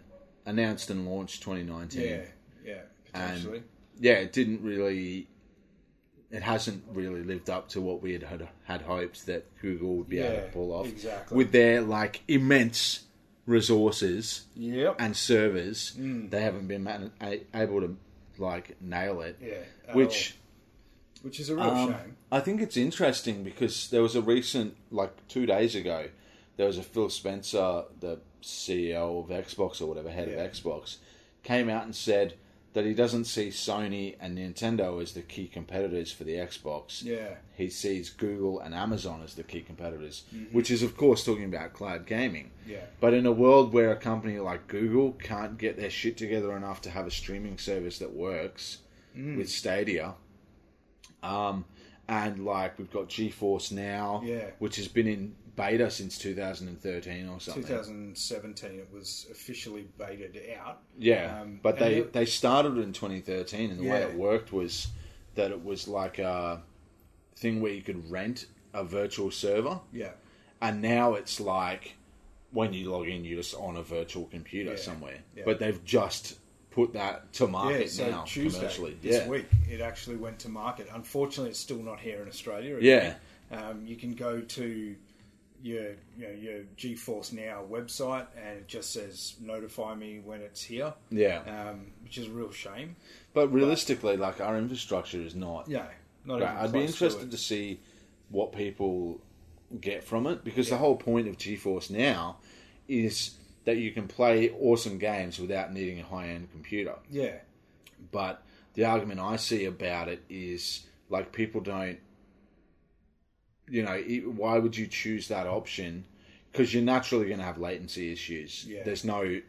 announced and launched 2019. yeah, yeah, potentially. yeah, it didn't really. It hasn't really lived up to what we had had, had hoped that Google would be able Yeah, to pull off exactly. with their like immense resources yep. and servers. Mm. They haven't been man- a- able to like nail it, yeah. at which all. which is a real um, shame. I think it's interesting because there was a recent, like two days ago, there was a Phil Spencer, the CEO of Xbox or whatever, head Yeah. of Xbox, came out and said that he doesn't see Sony and Nintendo as the key competitors for the Xbox. Yeah. He sees Google and Amazon as the key competitors, Mm-hmm. which is, of course, talking about cloud gaming. Yeah. But in a world where a company like Google can't get their shit together enough to have a streaming service that works Hmm. with Stadia, um, and like we've got GeForce now, Yeah. which has been in beta since 2013 or something. 2017, it was officially baited out. Yeah, Um, but and they it- they started in 2013, and the way Yeah. it worked was that it was like a thing where you could rent a virtual server. Yeah, and now it's like when you log in, you're just on a virtual computer Yeah, somewhere. yeah. But they've just put that to market yeah. So now Tuesday commercially. this yeah, week, it actually went to market. Unfortunately, it's still not here in Australia. yeah, um, you can go to your you know, your GeForce Now website, and it just says notify me when it's here, yeah. um, which is a real shame. but realistically, like our infrastructure is not. Yeah, not great. even I'd be close interested To to see what people get from it because the whole point of GeForce now is that you can play awesome games without needing a high end computer. it. Yeah, But the argument I see about it is like people don't, you know, e- why would you choose that option? Because you're naturally going to have latency issues. Yeah. There's no,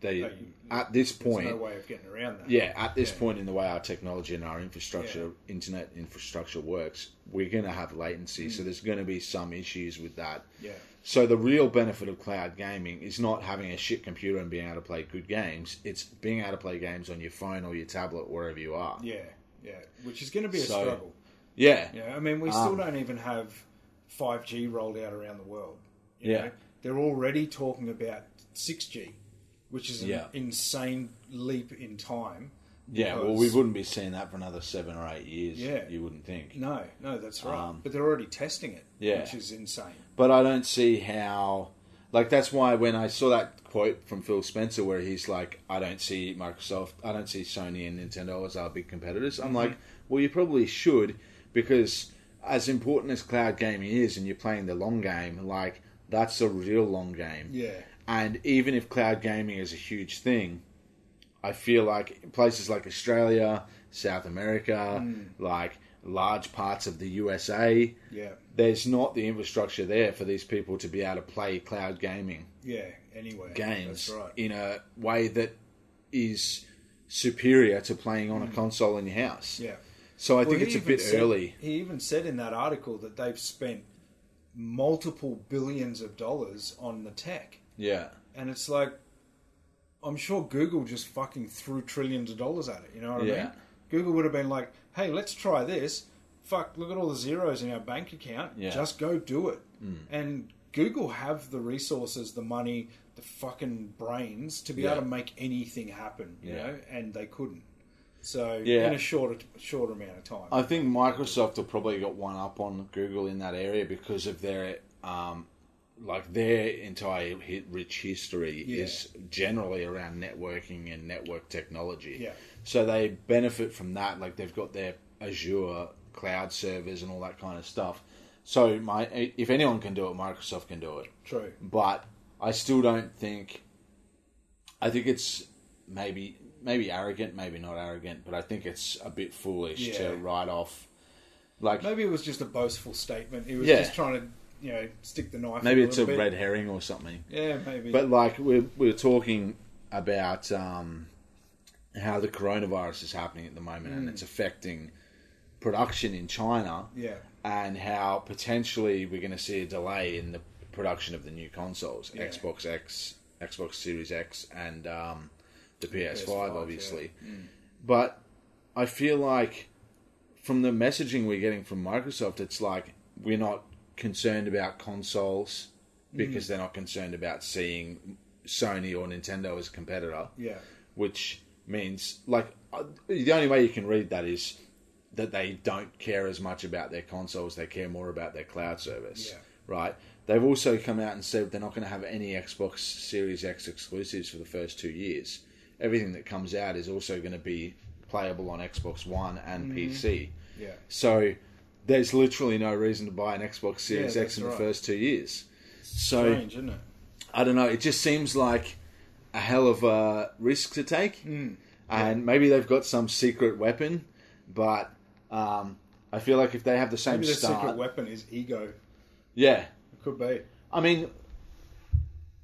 they No, at this there's point. no way of getting around that. yeah, at this Yeah. point in the way our technology and our infrastructure, internet infrastructure works, we're going to have latency. Mm. So there's going to be some issues with that. yeah, So the real benefit of cloud gaming is not having a shit computer and being able to play good games. It's being able to play games on your phone or your tablet wherever you are. yeah, yeah. Which is going to be a So- struggle. Yeah. Yeah, I mean, we still Um, don't even have 5G rolled out around the world. you Yeah. know. They're already talking about 6G, which is an Yeah. insane leap in time. Yeah, Well, we because- wouldn't be seeing that for another seven or eight years. Yeah. You wouldn't think. No, no, that's right. Um, but they're already testing it, Yeah. which is insane. But I don't see how. Like that's why when I saw that quote from Phil Spencer where he's like, "I don't see Microsoft, I don't see Sony and Nintendo as our big competitors," I'm like, "Well, you probably should because as important as cloud gaming is, and you're playing the long game, like that's a real long game. Yeah, And even if cloud gaming is a huge thing, I feel like places like Australia, South America, like large parts of the USA, yeah, there's not the infrastructure there for these people to be able to play cloud gaming yeah. Anyway, games That's right. in a way that is superior to playing on a console in your house. Hmm. yeah. So I Well, think he it's a even bit said- early. He even said in that article that they've spent multiple billions of dollars on the tech. Yeah. and it's like I'm sure Google just fucking threw trillions of dollars at it. You know what I Yeah. mean? Google would have been like, "Hey, let's try this. Fuck, look at all the zeros in our bank account. Yeah. Hmm. Just go do it." And Google have the resources, the money, the fucking brains to be Yeah. able to make anything happen. You Yeah. know, and they couldn't. So Yeah. in a short short amount of time. I think Microsoft have probably got one up on Google in that area because of their um, like their entire hit rich history Yeah. is generally around networking and network technology. Yeah. So they benefit from that. Like they've got their Azure cloud servers and all that kind of stuff. So my if anyone can do it, Microsoft can do it True. but I still don't think. I think it's maybe maybe arrogant, maybe not arrogant, but I think it's a bit foolish Yeah. to write off. Like maybe, Maybe it was just a boastful statement. It was Yeah. just trying to, you know, stick the knife. in it's a little bit. red herring or something. Yeah, maybe. But like we're we're talking about um, how the coronavirus is happening at the moment and it's affecting production in China. yeah. and how potentially we're going to see a delay in the production of the new consoles, Xbox X, Xbox Series X, and um, the PS5, PS5, obviously. But I feel like from the messaging we're getting from Microsoft, it's like we're not concerned about consoles because they're not concerned about seeing Sony or Nintendo as a competitor Yeah. which means like uh, the only way you can read that is that they don't care as much about their consoles; they care more about their cloud service, Yeah. right? They've also come out and said they're not going to have any Xbox Series X exclusives for the first two years. Everything that comes out is also going to be playable on Xbox One Mm-hmm. and PC. Yeah. So there's literally no reason to buy an Xbox Series Yeah, X that's in the right. first two years. So Strange, isn't it? I don't know. It just seems like a hell of a risk to take, Hmm. and maybe they've got some secret weapon. But um, I feel like if they have the same Maybe the secret start, weapon is ego. yeah. It could be. I mean,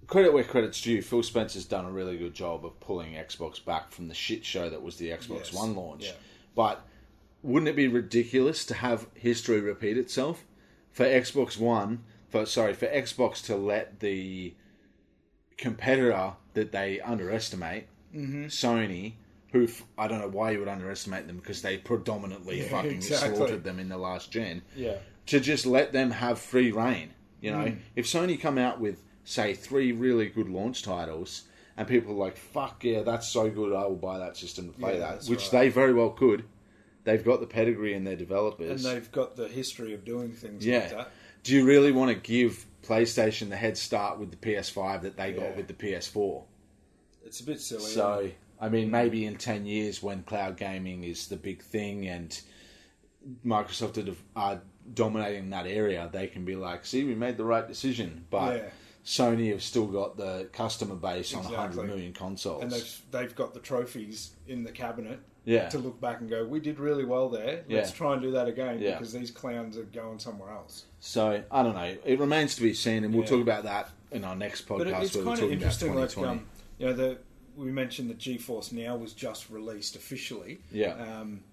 credit where credit's due. Phil Spencer's done a really good job of pulling Xbox back from the shit show that was the Xbox Yes. One launch. Yeah. But wouldn't it be ridiculous to have history repeat itself for Xbox One? For sorry, for Xbox to let the competitor that they underestimate, Mm-hmm. Sony, who f- I don't know why you would underestimate them because they predominantly fucking exactly. slaughtered them in the last gen Yeah. to just let them have free reign. You know, Mm. if Sony come out with say three really good launch titles, and people are like, "Fuck yeah, that's so good! I will buy that system to play Yeah, that," that's which right. they very well could. They've got the pedigree in their And developers. they've got the history of doing things like yeah. that. Do you really want to give PlayStation the head start with the PS5 that they Yeah. got with the PS4? It's a bit silly. So, I mean, maybe in 10 years when cloud gaming is the big thing and Microsoft are, are dominating that area, they can be like, see, we made the right decision. But Yeah. Sony have still got the customer base on a Exactly. 100 million consoles. and they've they've got the trophies in the cabinet Yeah. to look back and go, we did really well there. Let's Yeah. try and do that again Yeah. because these clowns are going somewhere else. so, I don't know. It remains to be seen, and we'll Yeah. talk about that in our next But it, podcast it's where we're kind of talking about interesting, like 2020. um, you know, the we mentioned that GeForce Now was just released officially, yeah. um,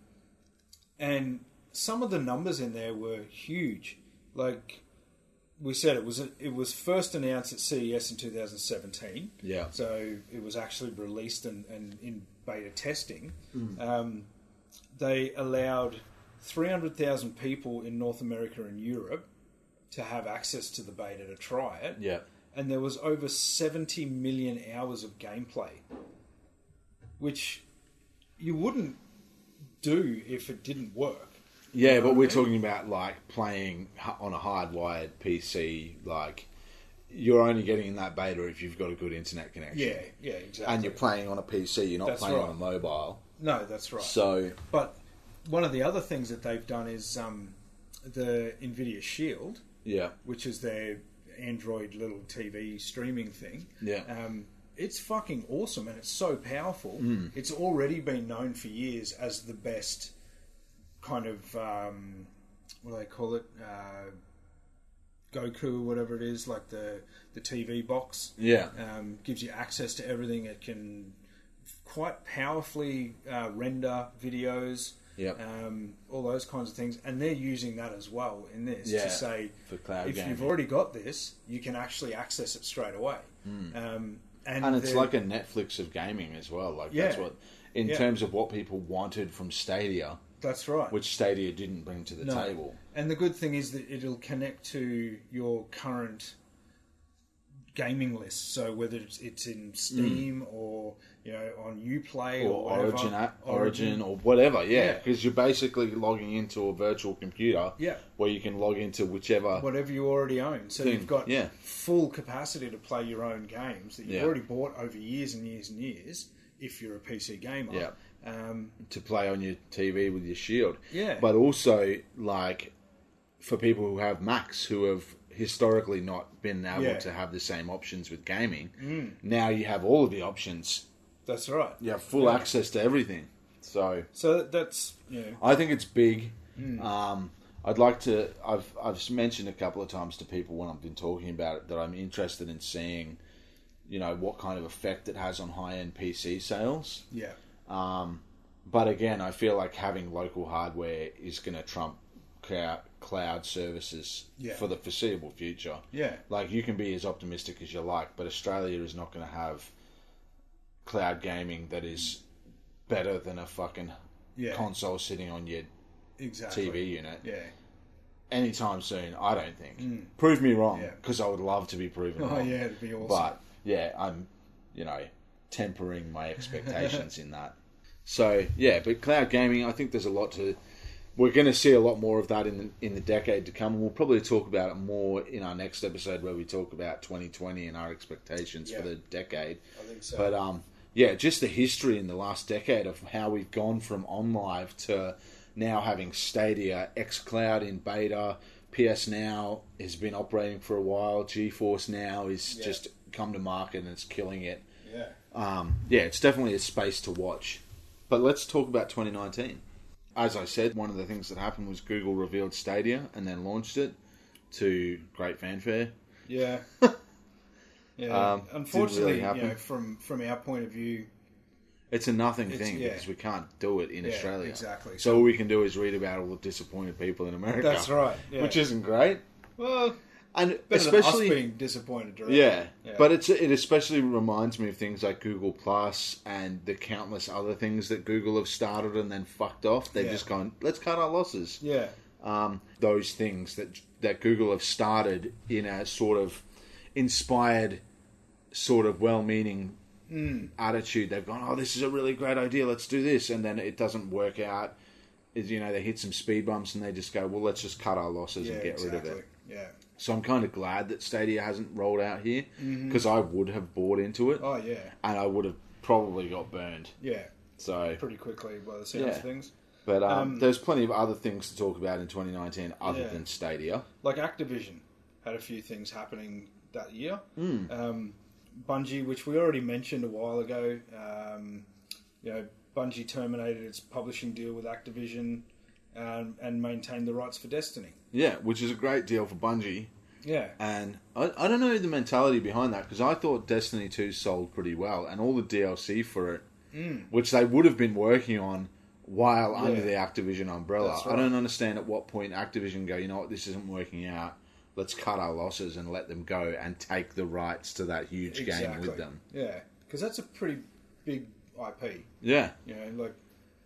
and some of the numbers in there were huge. Like we said, it was it was first announced at CES in 2017. yeah. So it was actually released and, and in beta testing. Hmm. Um, they allowed 300,000 people in North America and Europe to have access to the beta to try it. Yeah. And there was over 70 million hours of gameplay, which you wouldn't do if it didn't work. Yeah, but we're talking about like playing h- on a hardwired PC. Like you're only getting in that beta if you've got a good internet connection, Yeah, yeah, exactly. and you're playing on a PC. You're not That's playing right. on a mobile. no, that's right. So But one of the other things that they've done is um, the NVIDIA Shield, yeah, which is their Android little TV streaming thing. Yeah. Um, it's fucking awesome and it's so powerful. Hmm. It's already been known for years as the best kind of, um, what do they call it? Uh, Goku, whatever it is, like the, the TV box yeah, um, gives you access to everything. It can quite powerfully uh, render videos, Yep. um, all those kinds of things. And they're using that as well in this Yeah, to say for cloud if gaming. you've already got this, you can actually access it straight away. Um, and, Hmm. and it's they're- like a Netflix of gaming as well. Like that's Yeah. what, in Yeah. terms of what people wanted from Stadia, that's right. which Stadia didn't bring to the No. table. And the good thing is that it'll connect to your current gaming list. So whether it's, it's in Steam or you know on UPlay or, Hmm. Or whatever, Origin, app, Origin, or whatever, yeah, Yeah. because you're basically logging into a virtual computer, Yeah. where you can log into whichever whatever you already own. So Thing, you've got Hmm. yeah. full capacity to play your own games that you've Yeah. already bought over years and years and years. If you're a PC gamer, Yeah. um, to play on your TV with your Shield. Yeah. But also, like, for people who have Macs who have historically not been able Yeah. Mm. to have the same options with gaming, now you have all of the options. that's right. You have full access to everything. So So that's you know, I think it's big. Mm. Um, I'd like to. I've I've mentioned a couple of times to people when I've been talking about it that I'm interested in seeing, you know, what kind of effect it has on high end PC sales. yeah, But again, I feel like having local hardware is going to trump cloud, cloud services Yeah. for the foreseeable future. Yeah. Like you can be as optimistic as you like, but Australia is not going to have cloud gaming that is better than a fucking Yeah. console sitting on your exactly. TV unit Yeah. anytime soon. I don't think. Prove me wrong, Mm. Yeah. because I would love to be proven Oh wrong. yeah, it'd be awesome. But yeah, I'm, you know, tempering my expectations in that. So yeah, but cloud gaming, I think there's a lot to. We're going to see a lot more of that in the, in the decade to come, and we'll probably talk about it more in our next episode where we talk about 2020 and our expectations Yeah. for the decade. I think so. But um, yeah, just the history in the last decade of how we've gone from OnLive to now having Stadia, XCloud in beta, PS Now has been operating for a while, GeForce Now is Yeah. just come to market and it's killing it. yeah. Um, yeah, it's definitely a space to watch. But let's talk about 2019. As I said, one of the things that happened was Google revealed Stadia and then launched it to great fanfare. Yeah. Yeah. Um, didn't really Unfortunately, happen. you know, from from our point of view, It's a nothing It's- thing yeah. because we can't do it in Yeah, Australia. exactly. So all we can do is read about all the disappointed people in America. that's right. Yeah. Which isn't great, well, and better than us especially being disappointed. Directly. yeah. Yeah. But it's it especially reminds me of things like Google Plus and the countless other things that Google have started and then fucked off. They've Yeah. just gone, let's cut our losses. Yeah. um, those things that that Google have started in a sort of inspired, sort of well-meaning Mm. attitude. They've gone, "Oh, this is a really great idea. Let's do this," and then it doesn't work out. Is you know they hit some speed bumps and they just go, "Well, let's just cut our losses Yeah. and get exactly. rid of it." Yeah. So I'm kind of glad that Stadia hasn't rolled out here because I would have bought into it Mm-hmm. Oh yeah. and I would have probably got burned. Yeah. So, Pretty quickly by the sounds Yeah. of things. but um, Um, there's plenty of other things to talk about in 2019 other Yeah. than Stadia. like Activision had a few things happening that year. Hmm. Um, Bungie, which we already mentioned a while ago, um, you know, Bungie terminated its publishing deal with Activision um, and maintained the rights for Destiny. Yeah, which is a great deal for Bungie. Yeah, And I, I don't know the mentality behind that because I thought Destiny 2 sold pretty well and all the DLC for it, Hmm. which they would have been working on while under Yeah. the Activision umbrella. That's right. I don't understand at what point Activision go, you know what, this isn't working out. Let's cut our losses and let them go and take the rights to that huge game with them. Yeah, because that's a pretty big IP. Yeah. You know, like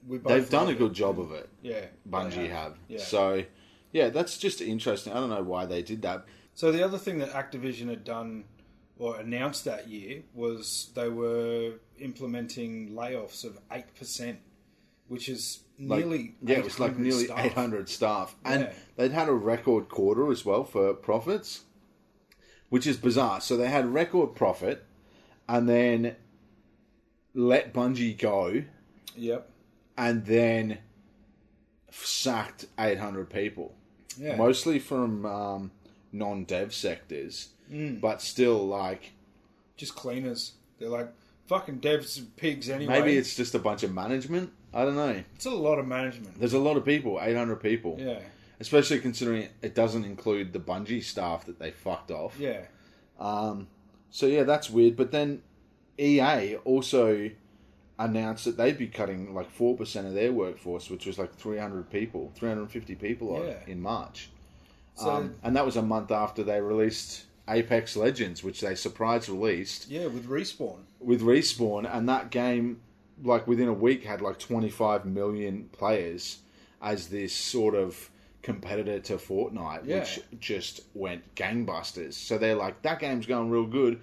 we both They've done love a it. good job of it, Yeah, they Bungie have. Yeah. So, yeah, that's just interesting. I don't know why they did that. So the other thing that Activision had done or announced that year was they were implementing layoffs of eight percent, which is like- nearly yeah, it was like 800 nearly staff. eight hundred staff, and Yeah. they'd had a record quarter as well for profits, which is bizarre. So they had record profit, and then let Bungie go, Yep. and then sacked eight hundred people, Yeah. mostly from um, non-dev sectors, Mm. but still like. Just cleaners. They're like fucking devs and pigs anyway. Maybe it's just a bunch of management. I don't know. it's a lot of management. There's a lot of people, 800 people. Yeah. especially considering it doesn't include the Bungie staff that they fucked off. Yeah. So yeah, that's weird. But then EA also announced that they'd be cutting like four percent of their workforce, which was like three hundred people, three hundred and fifty people on it Yeah. in March. So um, and that was a month after they released Apex Legends, which they surprise released yeah, with respawn. with respawn, and that game, like within a week, had like 25 million players as this sort of competitor to Fortnite, Yeah. which just went gangbusters. So they're like, that game's going real good.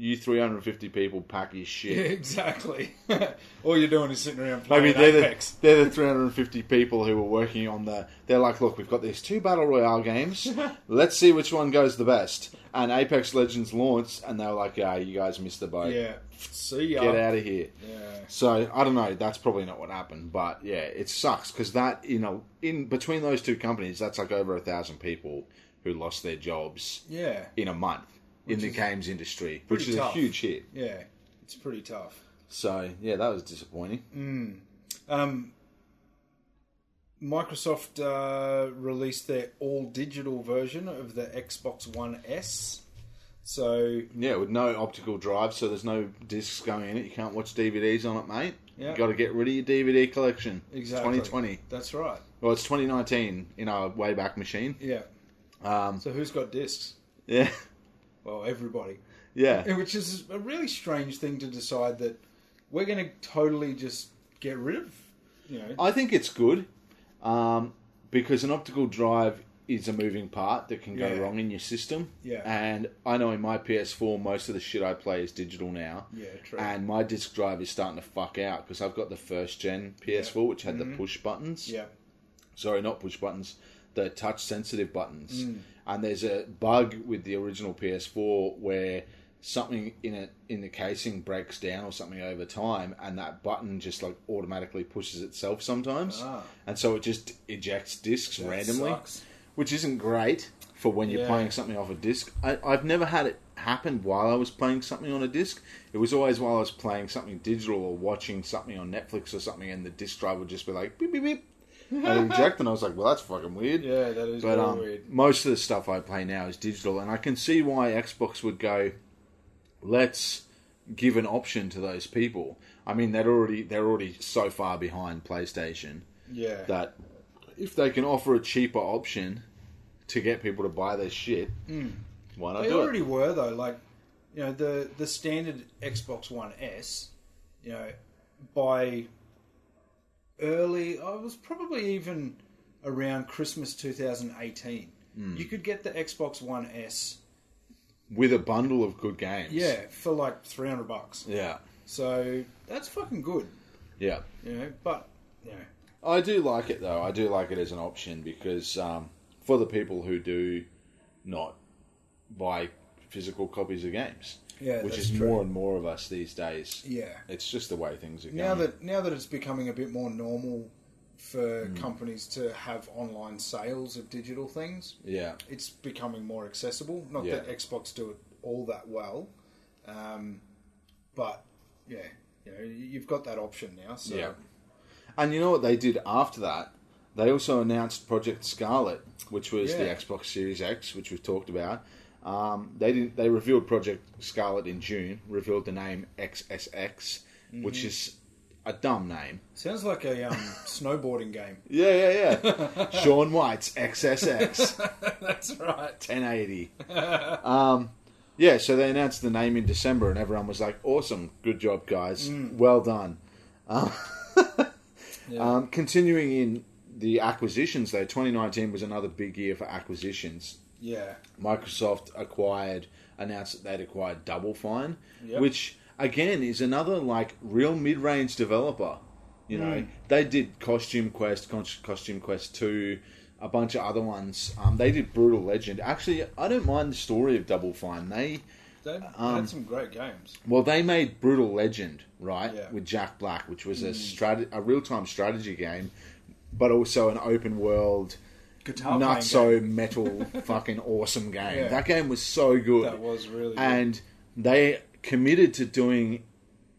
You 350 people pack your Yeah, shit. exactly. All you're doing is sitting around I playing mean, they're the, Apex. they're the 350 people who were working on the. They're like, look, we've got these two battle royale games. Let's see which one goes the best. And Apex Legends launched, and they were like, yeah, you guys missed the boat. Yeah. See ya. Get out of here. Yeah. So I don't know. That's probably not what happened, but yeah, it sucks because that you know in between those two companies, that's like over a thousand people who lost their jobs Yeah. in a month in the is games industry, which pretty is tough. a huge hit. Yeah. It's pretty tough. So yeah, that was disappointing. Um, Microsoft uh, released their all digital version of the Xbox One S. So Yeah, with no optical drive, so there's no discs going in it. You can't watch DVDs on it, mate. Yeah. You got to get rid of your DVD collection. Exactly. 2020. that's right. Well, it's 2019 in our Wayback Machine. Yeah. Um, So who's got discs? yeah. Well, everybody. Yeah. Which is a really strange thing to decide that we're going to totally just get rid of. You know. I think it's good um, because an optical drive is a moving part that can go Yeah. wrong in your system. Yeah. And I know in my PS4, most of the shit I play is digital now. Yeah, true. And my disc drive is starting to fuck out because I've got the first gen PS4, which had Mm-hmm. the push buttons. yeah. sorry, not push buttons, the touch sensitive buttons. Mm. And there's a bug with the original PS4 where something in it in the casing breaks down or something over time, and that button just like automatically pushes itself sometimes, Ah. and so it just ejects discs That randomly, sucks. which isn't great for when you're Yeah. playing something off a disc. I, I've never had it happen while I was playing something on a disc. It was always while I was playing something digital or watching something on Netflix or something, and the disc drive would just be like beep beep beep. And eject, and I was like, "Well, that's fucking weird." Yeah, that is but really um, weird. most of the stuff I play now is digital, and I can see why Xbox would go, "Let's give an option to those people." I mean, they're already they're already so far behind PlayStation Yeah. that if they can offer a cheaper option to get people to buy their shit, why not Hmm. They do already it? were though. Like, you know, the the standard Xbox One S, you know, by early, I was probably even around Christmas 2018. Hmm. You could get the Xbox One S, With a bundle of good games, yeah, for like 300 bucks. yeah, So that's fucking good, yeah. you know. But you know, I do like it though. I do like it as an option because um, for the people who do not buy physical copies of games, Yeah, which that's is true. more and more of us these days. yeah. It's just the way things are Now going. that now that it's becoming a bit more normal for Hmm. companies to have online sales of digital things, yeah, it's becoming more accessible. Not Yeah. that Xbox do it all that well, um, but yeah, you know, you've got that option now. So yeah. And you know what they did after that? They also announced Project Scarlet, which was the Yeah. Xbox Series X, which we've talked about. Um, they didn't. They revealed Project Scarlet in June. Revealed the name XSX, which is a dumb name. sounds like a um, snowboarding game. Yeah, yeah, yeah. Sean White's XSX That's right. 1080. Um, yeah, so they announced the name in December, and everyone was like, "Awesome, good job, guys, well done." Um, um, continuing in the acquisitions, though, 2019 was another big year for acquisitions. Yeah, Microsoft acquired, announced that they'd acquired Double Fine, Yep. which again is another like real mid-range developer. You know, they did Costume Quest, Con- Costume Quest Two, a bunch of other ones. Um, they did Brutal Legend. Actually, I don't mind the story of Double Fine. They they um, had some great games. well, they made Brutal Legend, right, Yeah. Hmm. with Jack Black, which was a strat- a real-time strategy game, but also an open world Guitar playing not so game. metal fucking awesome game. Yeah. That game was so good. That was really good. And they committed to doing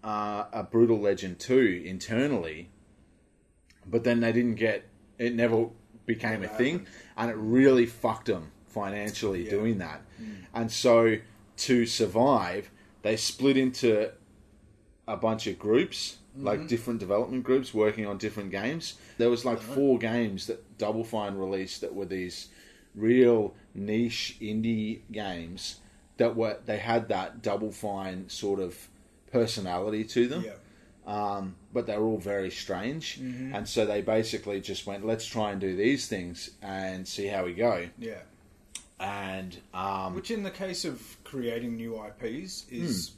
uh, a Brutal Legend 2 internally, but then they didn't get it never became a Never thing and it really fucked them financially Yeah. Hmm. doing that. And so to survive, they split into a bunch of groups, like different development groups working on different games. There was like four games that Double Fine released that were these real niche indie games that were they had that Double Fine sort of personality to them. yeah, Um, but they were all very strange, and so they basically just went, "Let's try and do these things and see how we go." yeah. And um, Which, in the case of creating new IPs, is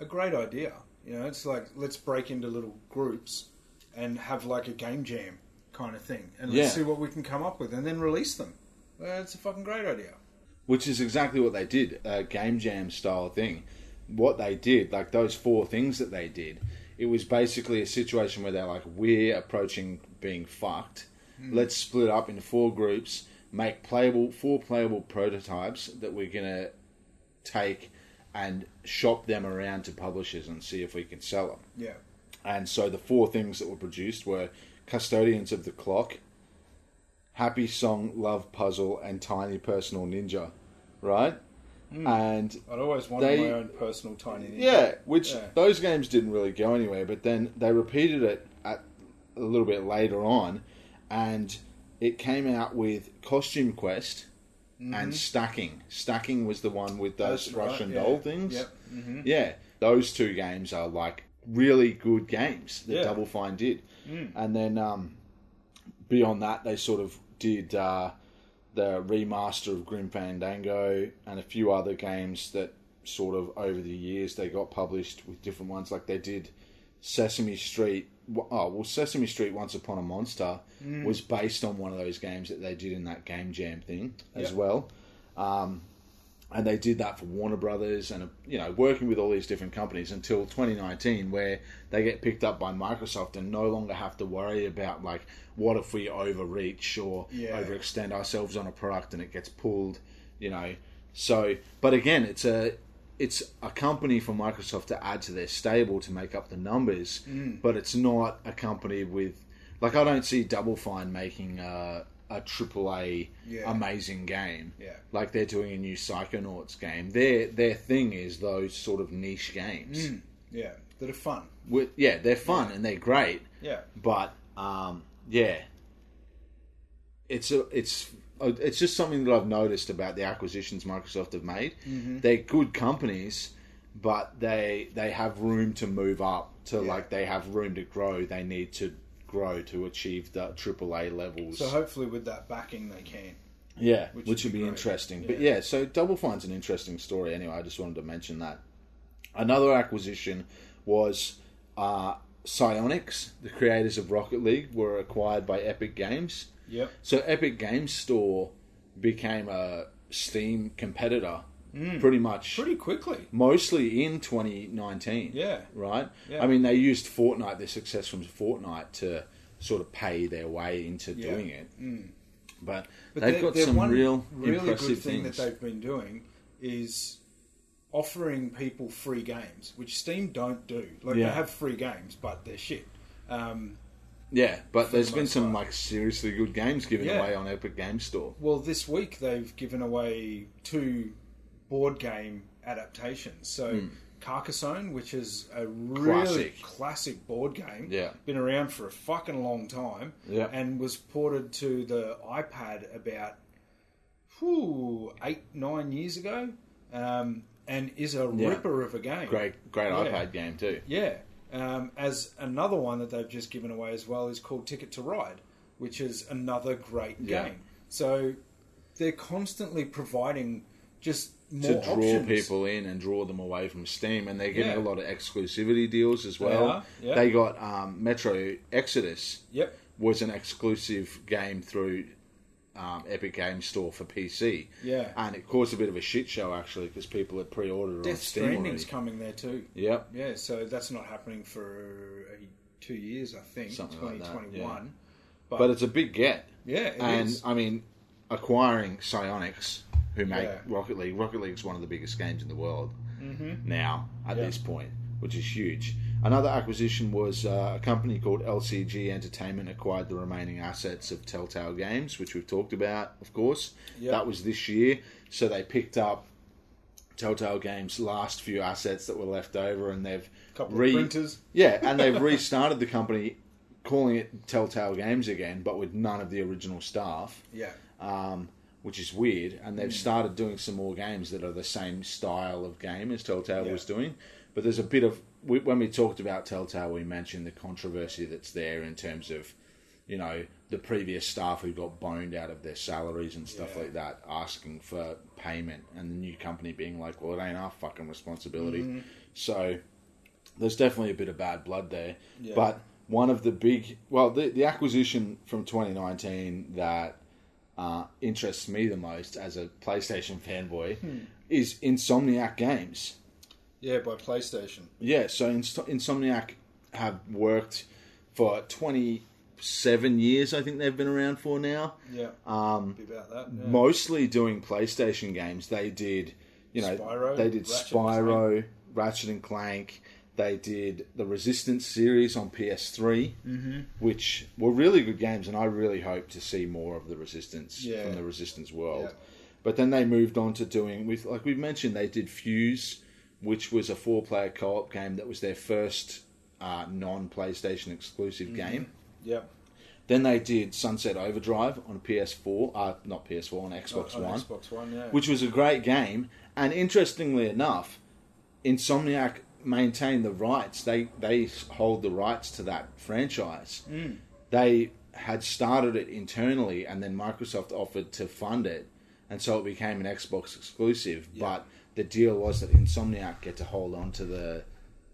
a great idea. You know, it's like let's break into little groups and have like a game jam kind of thing, and let's see Yeah. what we can come up with, and then release them. Uh, it's a fucking great idea. which is exactly what they did a game jam style thing what they did like those four things that they did it was basically a situation where they're like we're approaching being fucked let's split up into four groups make playable four playable prototypes that we're going to take and shop them around to publishers and see if we can sell them Yeah, and so the four things that were produced were Custodians of the Clock, Happy Song Love Puzzle, and Tiny Personal Ninja, right? Hmm. and I'd always wanted They- my own personal tiny ninja. yeah, which Yeah. those games didn't really go anywhere. But then they repeated it at, a little bit later on, and it came out with Costume Quest and Stacking. Stacking was the one with those Mm-hmm. That's right, Russian yeah. doll things. Yep. Mhm. Yeah, those two games are like really good games that Yeah. Double Fine did. And then um, beyond that, they sort of did uh, the remaster of Grim Fandango and a few other games that sort of over the years they got published with different ones. Like they did Sesame Street. Oh, well, Sesame Street Once Upon a Monster Mm. was based on one of those games that they did in that Game Jam thing as Yep. well Um, and they did that for Warner Brothers and you know working with all these different companies until 2019 where they get picked up by Microsoft and no longer have to worry about like what if we overreach or Yeah. overextend ourselves on a product and it gets pulled you know so but again it's a it's a company for Microsoft to add to their stable to make up the numbers Mm. but it's not a company with like I don't see Double Fine making a a triple A Yeah. amazing game Yeah. like they're doing a new Psychonauts game. Their their thing is those sort of niche games. Mm. yeah, that are fun. With- yeah, they're fun and they're great, Yeah, but um, yeah, it's a it's uh, it's just something that I've noticed about the acquisitions Microsoft have made. They're good companies, but they they have room to move up. To like they have room to grow. They need to grow to achieve the AAA levels. so hopefully with that backing they can. Yeah, which, Which would would be be, great. interesting. But yeah, so Double Fine's an interesting story. Anyway, I just wanted to mention that. Another acquisition was uh, Psyonix, the creators of Rocket League, were acquired by Epic Games. Yep. So Epic Games Store became a Steam competitor, pretty much, Hmm. Pretty quickly. mostly in 2019. Yeah. Right? Yeah. I mean, they used Fortnite, their success from Fortnite, to sort of pay their way into Yeah. Mm. doing it. But, But they've their- got their some one real really impressive good thing things. that they've been doing is offering people free games, which Steam don't do. Like Yeah. they have free games, but they're shit. Um, yeah, but there's the been most some part. like seriously good games given Yeah. away on Epic Games Store. well, this week they've given away two board game adaptations. So Carcassonne, which is a really Hmm. Classic. classic, board game, Yeah. been around for a fucking long time, Yeah. and was ported to the iPad about whew, eight nine years ago, um, and is a Yeah. ripper of a game. Great, great Yeah. iPad game too. Yeah. Um, as another one that they've just given away as well is called Ticket to Ride, which is another great Yeah. game. So they're constantly providing just more to draw options. people in and draw them away from Steam, and they're getting Yeah. a lot of exclusivity deals as well. are, yeah. They got um, Metro Exodus Yep. was an exclusive game through um, Epic Games Store for PC. Yeah. and it caused a bit of a shit show actually because people had pre-ordered it on Death Steam already. Stranding's coming there too. Yep. Yeah, so that's not happening for uh, two years, I think, Something like that, 2021. but it's a big get. Yeah, it is. and I mean, acquiring Psyonix, who make Yeah. Rocket League. Rocket League's one of the biggest games in the world now at Mm-hmm. Yeah. this point, which is huge. Another acquisition was uh, a company called LCG Entertainment acquired the remaining assets of Telltale Games, which we've talked about, of course. Yeah. That was this year, so they picked up Telltale Games' last few assets that were left over, and they've Couple of printers. yeah, and they've restarted the company, calling it Telltale Games again, but with none of the original staff, Yeah. um, which is weird. And Hmm. they've started doing some more games that are the same style of game as Telltale Yeah. was doing. But there's a bit of we, when we talked about Telltale, we mentioned the controversy that's there in terms of, you know, the previous staff who got boned out of their salaries and stuff Yeah. like that, asking for payment, and the new company being like, "Well, it ain't our fucking responsibility." Mm-hmm. So there's definitely a bit of bad blood there. Yeah. But one of the big, well, the, the acquisition from 2019 that uh, interests me the most as a PlayStation fanboy is Insomniac Games. Yeah, by PlayStation. Yeah, so Inst- Insomniac have worked for 27 years, I think they've been around for now. Yeah. Um, about that. yeah. Mostly doing PlayStation games. They did, you know, Spyro, they did Ratchet and Spyro, Ratchet and Clank. They did the Resistance series on PS3, Mm-hmm. which were really good games, and I really hope to see more of the Resistance Yeah. from the Resistance world. But then they moved on to doing with like we mentioned they did Fuse, which was a four player co op game that was their first uh, non PlayStation exclusive Mm-hmm. game. Yep. Then they did Sunset Overdrive on PS4, uh, not PS4 on Xbox Oh, On One, Xbox One, yeah. which was a great game. And interestingly enough, Insomniac maintained the rights. They they hold the rights to that Mm. franchise. They had started it internally, and then Microsoft offered to fund it, and so it became an Xbox exclusive. But the deal was that Insomniac get to hold on to the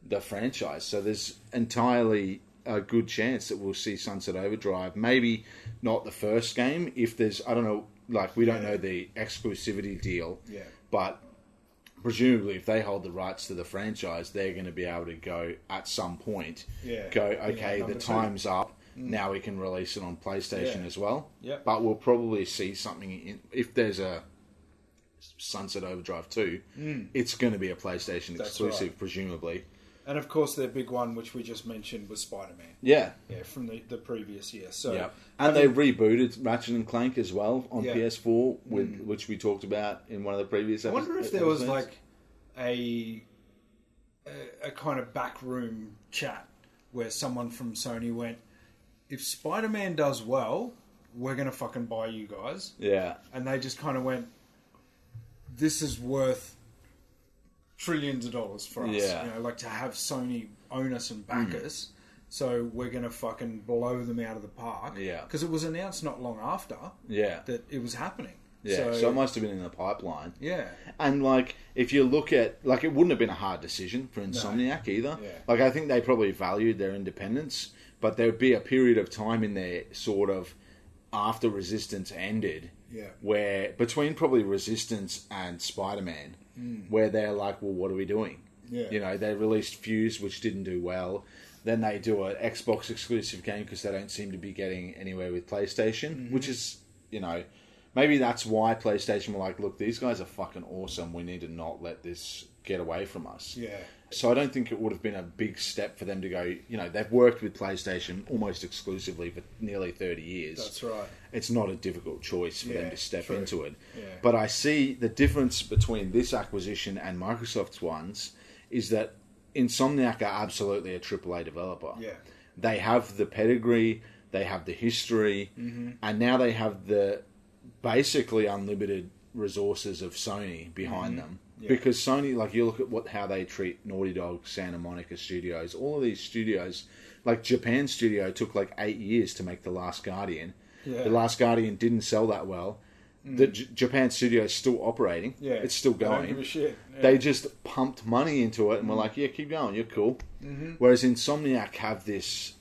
the franchise. So there's entirely a good chance that we'll see Sunset Overdrive. Maybe not the first game. If there's, I don't know, like we don't know the exclusivity deal. Yeah. But presumably, if they hold the rights to the franchise, they're going to be able to go at some point. Yeah. Go Bring out okay, the number two. time's up. Now we can release it on PlayStation Yeah. as well. Yep. But we'll probably see something in, if there's a Sunset Overdrive 2, it's going to be a PlayStation Hmm. That's exclusive, right. presumably. and of course, their big one, which we just mentioned, was Spider Man. Yeah. Yeah, from the, the previous year. So Yeah, and they rebooted Ratchet and Clank as well on Yeah. Hmm. PS4, with, which we talked about in one of the previous. I episodes. wonder if there was like a, a a kind of backroom chat where someone from Sony went, "If Spider Man does well, we're gonna fucking buy you guys," yeah, and they just kind of went, "This is worth." Trillions of dollars for us, Yeah. Hmm. you know, like to have Sony own us and back us, so we're gonna fucking blow them out of the park. Yeah. because it was announced not long after yeah, that it was happening. yeah. So, so, it must have been in the pipeline. yeah, And like, if you look at like, it wouldn't have been a hard decision for Insomniac either. Yeah. Like, I think they probably valued their independence, but there'd be a period of time in there, sort of, after Resistance ended, Yeah. where between probably Resistance and Spider Man, where they're like, well, what are we doing? Hmm. Yeah. You know, they released Fuse, which didn't do well. Then they do an Xbox exclusive game because they don't seem to be getting anywhere with PlayStation, Mm-hmm. which is, you know, maybe that's why PlayStation were like, look, these guys are fucking awesome. We need to not let this get away from us. yeah. So I don't think it would have been a big step for them to go, you know, they've worked with PlayStation almost exclusively for nearly 30 years That's right. it's not a difficult choice for them Yeah, to step true. into it. Yeah. But I see the difference between this acquisition and Microsoft's ones is that Insomniac are absolutely a AAA developer. Yeah. They have the pedigree, they have the history, Mm-hmm. and now they have the basically unlimited resources of Sony behind Mm-hmm. them. Because Sony, like you look at what how they treat Naughty Dog, Santa Monica Studios, all of these studios, like Japan Studio took like eight years to make The Last Guardian. Yeah. Mm. The Last Guardian didn't sell that well. The J- Japan studio is still operating. Yeah, it's still I don't going. give a shit. Mm-hmm. Yeah. They just pumped money into it and were like, "Yeah, keep going. You're cool." Mm-hmm. Whereas Insomniac have this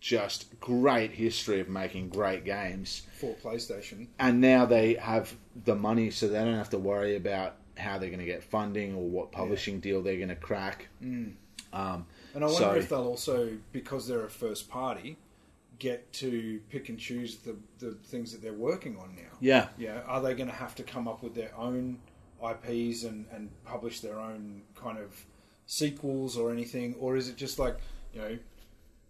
just great history of making great games, for PlayStation. and now they have the money, so they don't have to worry about how they're going to get funding or what publishing deal they're going to crack. Um, And I wonder So- if they'll also, because they're a first party, get to pick and choose the, the things that they're working on now. yeah, Yeah. Are they going to have to come up with their own IPs and, and publish their own kind of sequels or anything? Or is it just like, you know,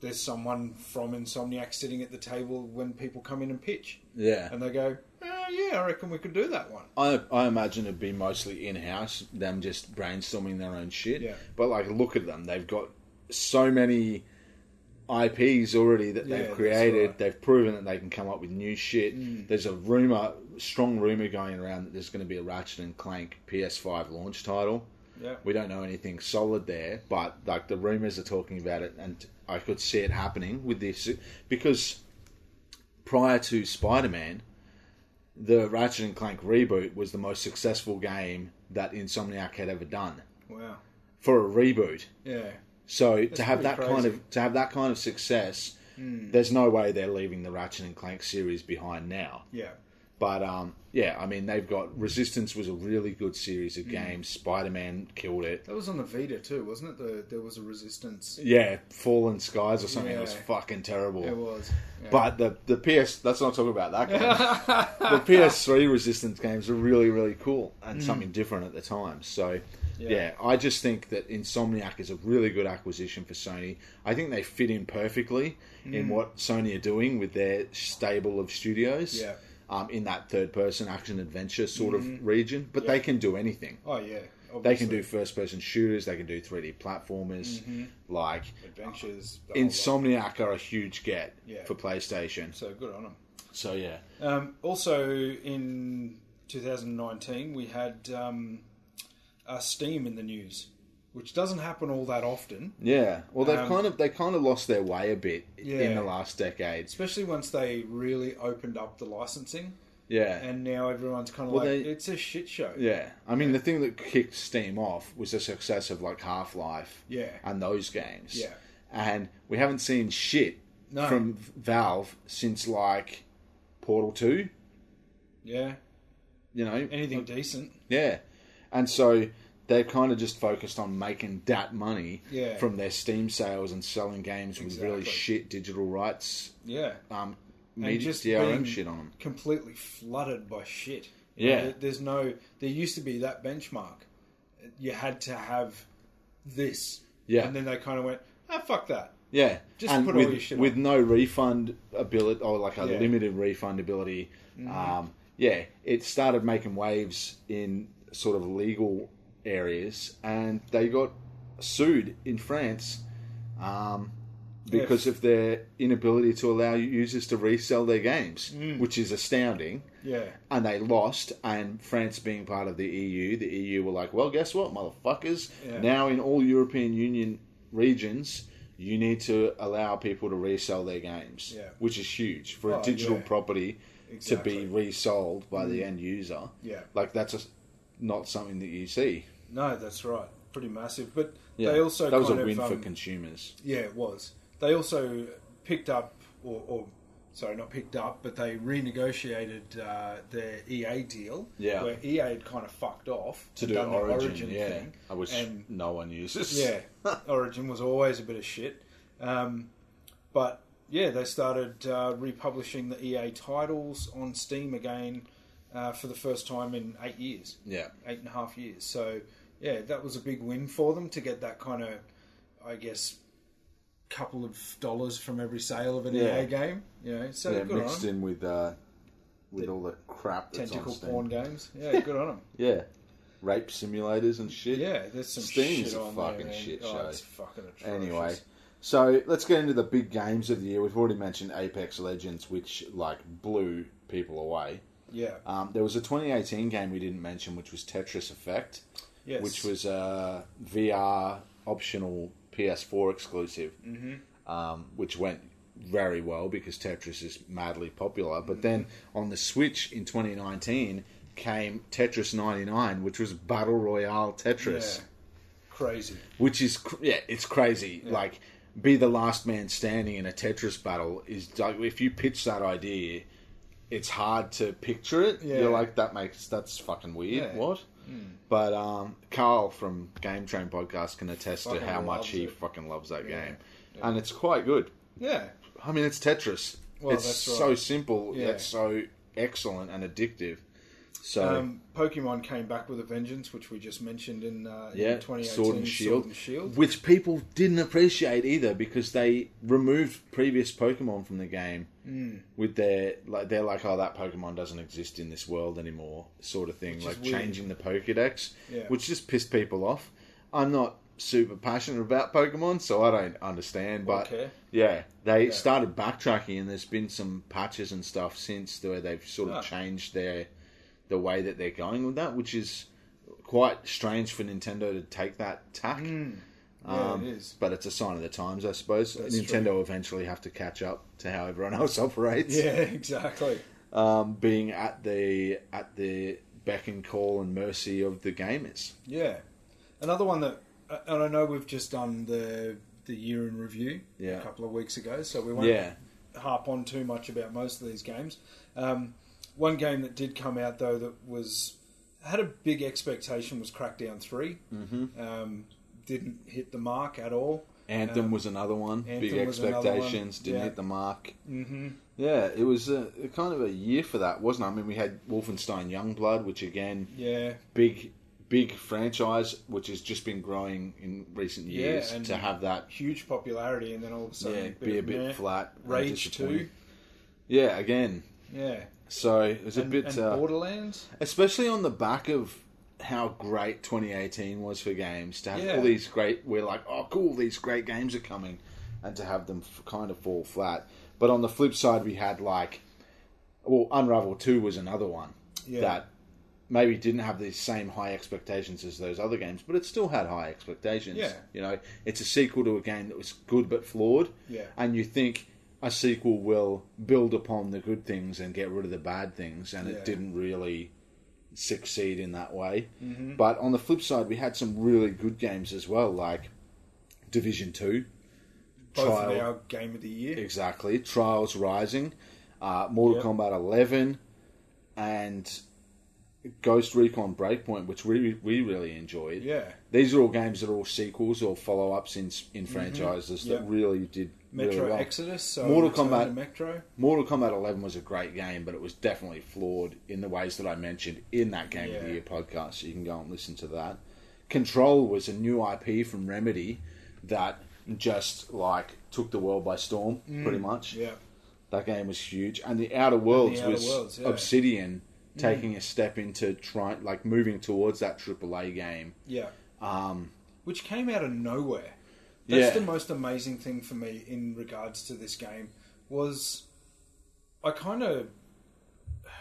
there's someone from Insomniac sitting at the table when people come in and pitch? yeah. And they go, oh, yeah, I reckon we could do that one. I, I imagine it'd be mostly in house, them just brainstorming their own shit. Yeah. But like, look at them; they've got so many IPs already that Yeah, they've that's created. right. Mm. They've proven that they can come up with new shit. There's a rumor, strong rumor going around that there's going to be a Ratchet and Clank PS5 launch title. Yeah. We don't know anything solid there, but like the rumors are talking about it, and I could see it happening with this because prior to Spider Man, the Ratchet and Clank reboot was the most successful game that Insomniac had ever done Wow. for a reboot. Yeah. So to have that pretty kind crazy. Hmm. of to have that kind of success, there's no way they're leaving the Ratchet and Clank series behind now. Yeah. But um, yeah, I mean they've got Resistance was a really good series Hmm. of games. Spider Man killed it. That was on the Vita too, wasn't it? The, there was a resistance. Yeah, Fallen Skies or something. It was Yeah. fucking terrible. It was. Yeah. But the the PS that's not talking about that game. the PS3 Resistance games were really really cool and something different at the time. So yeah. I just think that Insomniac is a really good acquisition for Sony. I think they Mm. fit in perfectly in what Sony are doing with their stable of studios. Yeah. Mm-hmm. um, in that third person action adventure sort of region. But they can do anything. Oh yeah, They can obviously. do first person shooters. They can do 3D platformers. Mm-hmm. Like adventures. the whole lot. Insomniac are a huge get Oh, Yeah. for PlayStation. So good on them. So yeah, Um, also in 2019, we had um, uh, Steam in the news, which doesn't happen all that often, yeah. Well, they've Um, kind of they kind of lost their way a bit in Yeah. the last decade. especially once they really opened up the licensing. Yeah, And now everyone's kind of Well, like, they- it's a shit show. Yeah, I mean the thing that kicked Steam off was the success of like Half Life, Yeah. and those games, Yeah. and we haven't seen shit No. from Valve since like Portal Two, Yeah. you know, Anything decent. yeah, and so they're kind of just focused on making that money Yeah. from their Steam sales and selling games with really Exactly. shit digital rights, Yeah. um, media just DRM being- shit on them. Completely flooded by shit. Yeah. There- There's no, there used to be that benchmark. You had to have this. Yeah. And then they kind of went, ah, fuck that. Yeah, Just and put all with, your shit with on. no refund ability or like a Yeah. Mm-hmm. limited refund ability. Um, yeah, it started making waves in sort of legal areas, and they got sued in France um, because Yes. of their inability to allow users to resell their games, Mm. which is astounding. Yeah. And they lost, and France being part of the EU, the EU were like, well, guess what, motherfuckers? Yeah. Now, in all European Union regions, you need to allow people to resell their games, Yeah. which is huge for Oh, a digital yeah. property to Exactly. Mm. be resold by the end user. Yeah. Like, that's just not something that you see. No, that's right. Pretty massive. But Yeah. they also that was a kind of, win for um, consumers. Yeah, it was. They also picked up, or, or sorry, not picked up, but they renegotiated uh, their EA deal. Yeah. Where EA had kind of fucked off To and do done the Origin, yeah, thing. I wish And no one uses. yeah, Origin was always a bit of shit. Um, but yeah, they started uh, republishing the EA titles on Steam again uh, for the first time in eight years yeah, eight and a half years. So yeah, that was a big win for them to get that kind of, I guess, couple of dollars from every sale of an Yeah. EA game. You know, so yeah good on mixed them. in with uh, with all the crap that's Tentacle on Steam. porn games. Yeah, good on them. Yeah. Rape simulators and shit. Yeah, there's some Steam's shit a on there, fucking man. shit oh, show. It's fucking atrocious. Anyway, so let's get into the big games of the year. We've already mentioned Apex Legends, which like blew people away. yeah, Um, there was a 2018 game we didn't mention, which was Tetris Effect, yes, which was a VR optional PS4 exclusive, Mm-hmm. um, which went very well because Tetris is madly popular. But then on the Switch in 2019 came Tetris 99, which was Battle Royale yeah, Tetris crazy. which is cr- yeah, it's crazy. Like, be the last man standing in a Tetris battle is like if you pitch that idea, it's hard to picture it. Yeah. You're like that makes that's fucking weird. Yeah. Hmm. What? But um, Carl from Game Train podcast can attest to Fucking how much loves he it. fucking loves that Yeah. game, and it's quite good. Yeah, I mean, it's Tetris. Well, it's that's right. so simple. Yeah. It's so excellent and addictive. So um, Pokemon came back with a vengeance, which we just mentioned in, uh, in Yeah, 2018. Sword and Shield, Sword and Shield. which people didn't appreciate either because they removed previous Pokemon from the game Hmm, with their like they're like oh that Pokemon doesn't exist in this world anymore sort of thing Which is like weird. changing the Pokédex, Yeah. which just pissed people off. I'm not super passionate about Pokemon, so I don't understand. But Okay. yeah, they Yeah. started backtracking, and there's been some patches and stuff since where they've sort of Ah. changed their the way that they're going with that, which is quite strange for Nintendo to take that tack. Mm. Hmm. Um, Yeah, it is. But it's a sign of the times, I suppose. That's Nintendo eventually have to catch up to how everyone else operates. Yeah, exactly. Um, being at the at the beck and call and mercy of the gamers. Yeah, another one that, uh, and I know we've just done the the year in review Yeah. a couple of weeks ago, so we won't Yeah. harp on too much about most of these games. Um, one game that did come out though that was had a big expectation was Crackdown 3 Mm-hmm. Um, didn't hit the mark at all. Anthem was another one. Big Um, Anthem was another one, expectations didn't yeah. hit the mark. Mm-hmm. Yeah, it was a, a kind of a year for that, wasn't it? I mean, we had Wolfenstein Youngblood, which again Yeah, big big franchise which has just been growing in recent Yeah, years and- to have that huge popularity, and then all of a sudden yeah, a bit be a of bit meh. flat and Rage disappointing. Two. yeah again yeah. So it was a And, bit, and uh, Borderlands. especially on the back of how great 2018 was for games to have Yeah. all these great. We're like, oh, cool, these great games are coming, and to have them f- kind of fall flat. But on the flip side, we had like, well, Unravel Two was another one Yeah. that maybe didn't have these same high expectations as those other games, but it still had high expectations. Yeah. You know, it's a sequel to a game that was good but flawed. Yeah. And you think a sequel will build upon the good things and get rid of the bad things, and Yeah. it didn't really succeed in that way. Mm-hmm. But on the flip side, we had some really good games as well, like Division 2. Both Trial. of our game of the year. Exactly. Trials Rising, uh, Mortal Yep. Kombat 11, and Ghost Recon Breakpoint, which we we really enjoyed. Yeah. These are all games that are all sequels or follow ups in in franchises Mm-hmm. Yep. that really did Metro really well. Exodus. So Mortal Return Kombat. to Metro. Mortal Kombat 11 was a great game, but it was definitely flawed in the ways that I mentioned in that Game of the Yeah. Year podcast. So you can go and listen to that. Control was a new IP from Remedy that just like took the world by storm, pretty Mm. much. Yeah. That game was huge, and the Outer Worlds Outer was Worlds, yeah. Mm. Obsidian taking a step into trying, like moving towards that AAA game. Yeah. Um, Which came out of nowhere. That's the Yeah. most amazing thing for me in regards to this game was I kind of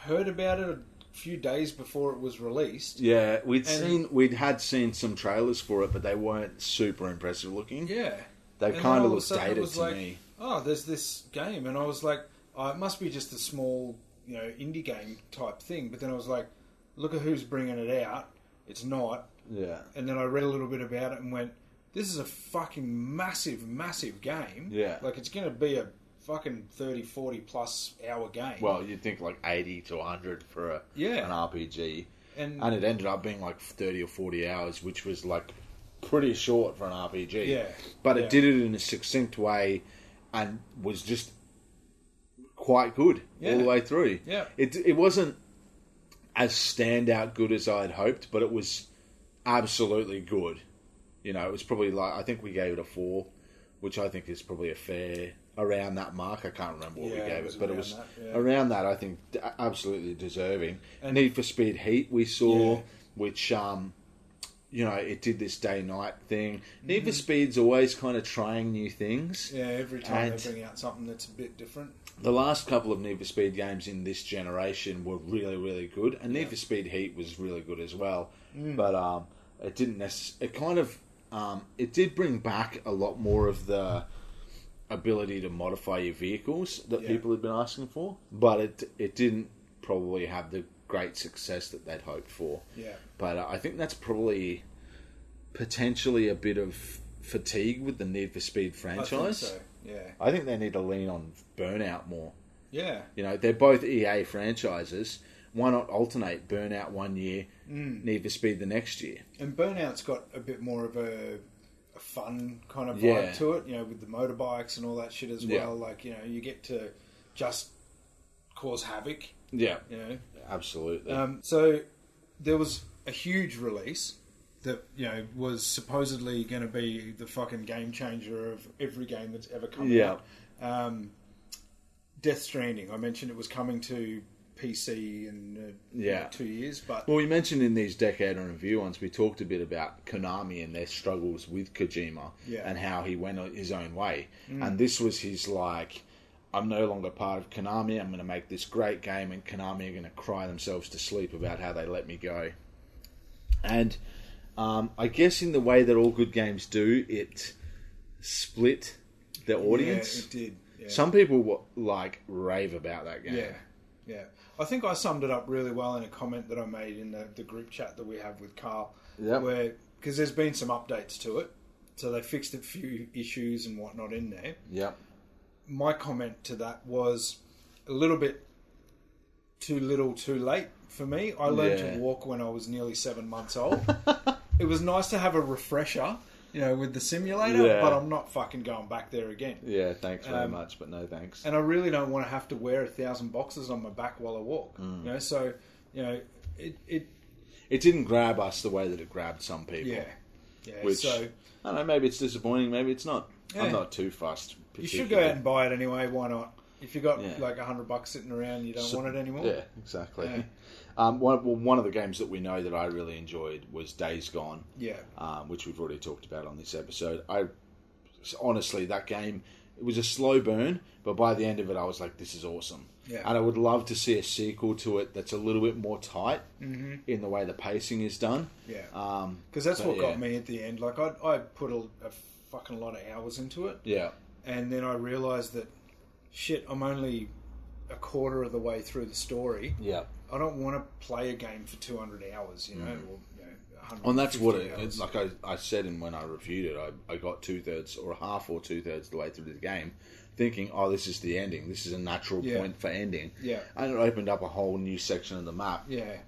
heard about it a few days before it was released. yeah, And- we'd seen we'd had seen some trailers for it, but they weren't super impressive looking. Yeah. They And then kind all of a looked sudden it dated was to like, me. Oh, there's this game, and I was like, oh, it must be just a small, you know, indie game type thing. But then I was like, look at who's bringing it out. It's not. Yeah, And then I read a little bit about it and went, this is a fucking massive, massive game. Yeah. Like it's going to be a fucking 30, 40 plus hour game. Well, you'd think like eighty to hundred for a, Yeah. Mm. an RPG, and, and it ended up being like thirty or forty hours, which was like pretty short for an RPG. Yeah. but Yeah. it did it in a succinct way, and was just quite good Yeah. all the way through. Yeah. it it wasn't as standout good as I had hoped, but it was absolutely good. You know, it was probably like I think we gave it a four, which I think is probably a fair around that mark. I can't remember what Yeah, we it gave it, was but it around was that, yeah. around that. I think d- absolutely deserving. And- Need for Speed Heat we saw, Yeah. which um, you know, it did this day night thing. Need for Speed's always kind of trying new things. Mm-hmm. yeah, every time and- they bring out something that's a bit different. The last couple of Need for Speed games in this generation were really, really good, and Need for Speed Heat was really good as well. Mm. But um, it didn't necessarily. It kind of um, it did bring back a lot more of the ability to modify your vehicles that Yeah. people had been asking for, but it it didn't probably have the great success that they'd hoped for. Yeah. But uh, I think that's probably potentially a bit of fatigue with the Need for Speed I franchise. think so. Yeah. I think they need to lean on Burnout more. Yeah. You know, they're both EA franchises. Why not alternate Burnout one year, Hmm. Need for Speed the next year? Mm. And Burnout's got a bit more of a, a fun kind of vibe Yeah. to it, you know, with the motorbikes and all that shit as well. Yeah. Like, you know, you get to just cause havoc, Yeah, you know. absolutely. Um, so there was a huge release that, you know, was supposedly going to be the fucking game changer of every game that's ever come Yeah. out. Um, Death Stranding. I mentioned it was coming to PC in uh, Yeah. two years, but well, we mentioned in these decade in review ones, we talked a bit about Konami and their struggles with Kojima Yeah. Mm. and how he went his own way. And this was his like, I'm no longer part of Konami. I'm going to make this great game, and Konami are going to cry themselves to sleep about how they let me go. And um, I guess in the way that all good games do, it split the audience. Yeah, it did. Yeah. Some people wa- like rave about that game. Yeah, yeah. I think I summed it up really well in a comment that I made in the, the group chat that we have with Carl. Yep. Where because there's been some updates to it, so they fixed a few issues and whatnot in there. Yep. My comment to that was a little bit too little, too late for me. I learned Yeah. to walk when I was nearly seven months old. it was nice to have a refresher, you know, with the simulator, Yeah. but I'm not fucking going back there again. Yeah. Thanks very Um, much, but no thanks. and I really don't want to have to wear a thousand boxes on my back while I walk. Mm. You know, so you know, it, it it didn't grab us the way that it grabbed some people. yeah, yeah. Which so I don't know. Maybe it's disappointing. Maybe it's not. Yeah. I'm not too fussed. you should go out and buy it anyway. Why not? If you got Yeah. like a hundred bucks sitting around, you don't So- want it anymore. Yeah, exactly. Yeah. Um, one, well, one of the games that we know that I really enjoyed was Days Gone, Yeah. um, which we've already talked about on this episode. I honestly, that game it was a slow burn, but by the end of it, I was like, "This is awesome," Yeah. and I would love to see a sequel to it that's a little bit more tight hmm in the way the pacing is done. Yeah. Um, Because that's but what yeah. got me at the end. Like I, I put a, a fucking lot of hours into it, yeah, and then I realised that shit, I'm only a quarter of the way through the story. yeah. I don't want to play a game for 200 hours, you know, or you know, 150 And that's what it, hours. it's like I, I said in when I reviewed it, I, I got two thirds or half or two thirds the way through the game, thinking, oh, this is the ending. This is a natural Yeah. point for ending. Yeah. And it opened up a whole new section of the map. Yeah, Mm,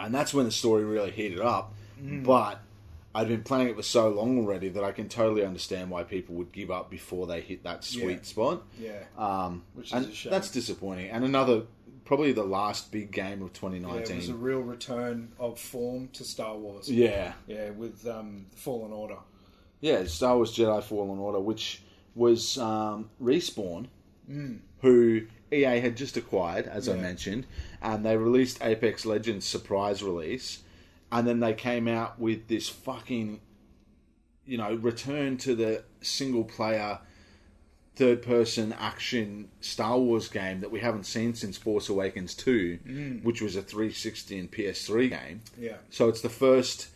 And that's when the story really heated up. Hmm. But I'd been playing it for so long already that I can totally understand why people would give up before they hit that sweet Yeah. spot. yeah. Um, Which is and a shame. that's disappointing. And another, probably the last big game of yeah. It 2019. was a real return of form to Star Wars. yeah. Yeah, with um, Fallen Order. Yeah, Star Wars Jedi Fallen Order, which was um, Respawn, who EA had just acquired, as I Yeah. mentioned, and they released Apex Legends surprise release, and then they came out with this fucking, you know, return to the single player, third person action Star Wars game that we haven't seen since Force Awakens 2, which was a 360 and PS3 game. Yeah, So it's the first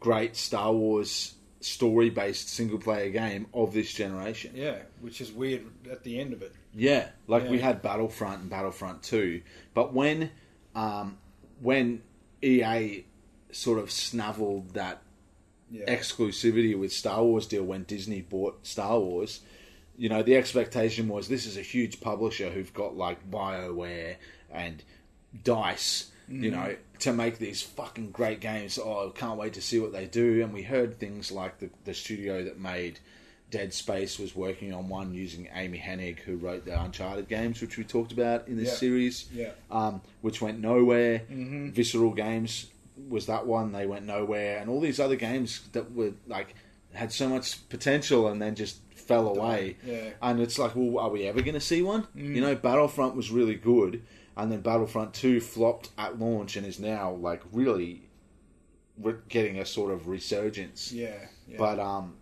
great Star Wars story based single player game of this generation. Yeah. yeah. Which is weird at the end of it. Like we Yeah. had Battlefront and Battlefront 2, but when um, when EA sort of snaveled that Yeah, exclusivity with Star Wars deal when Disney bought Star Wars, you know, the expectation was this is a huge publisher who've got like BioWare and Dice, you know, Mm. to make these fucking great games. Oh, I can't wait to see what they do. And we heard things like the, the studio that made Dead Space was working on one using Amy Hennig, who wrote the Uncharted games, which we talked about in this Yeah. series yeah, um, which went nowhere. Mm-hmm. Visceral Games was that one; they went nowhere, and all these other games that were like had so much potential and then just fell away. Yeah. Mm. And it's like, well, are we ever going to see one? You know, Battlefront was really good, and then Battlefront Two flopped at launch and is now like really re- getting a sort of resurgence. yeah, yeah. But um,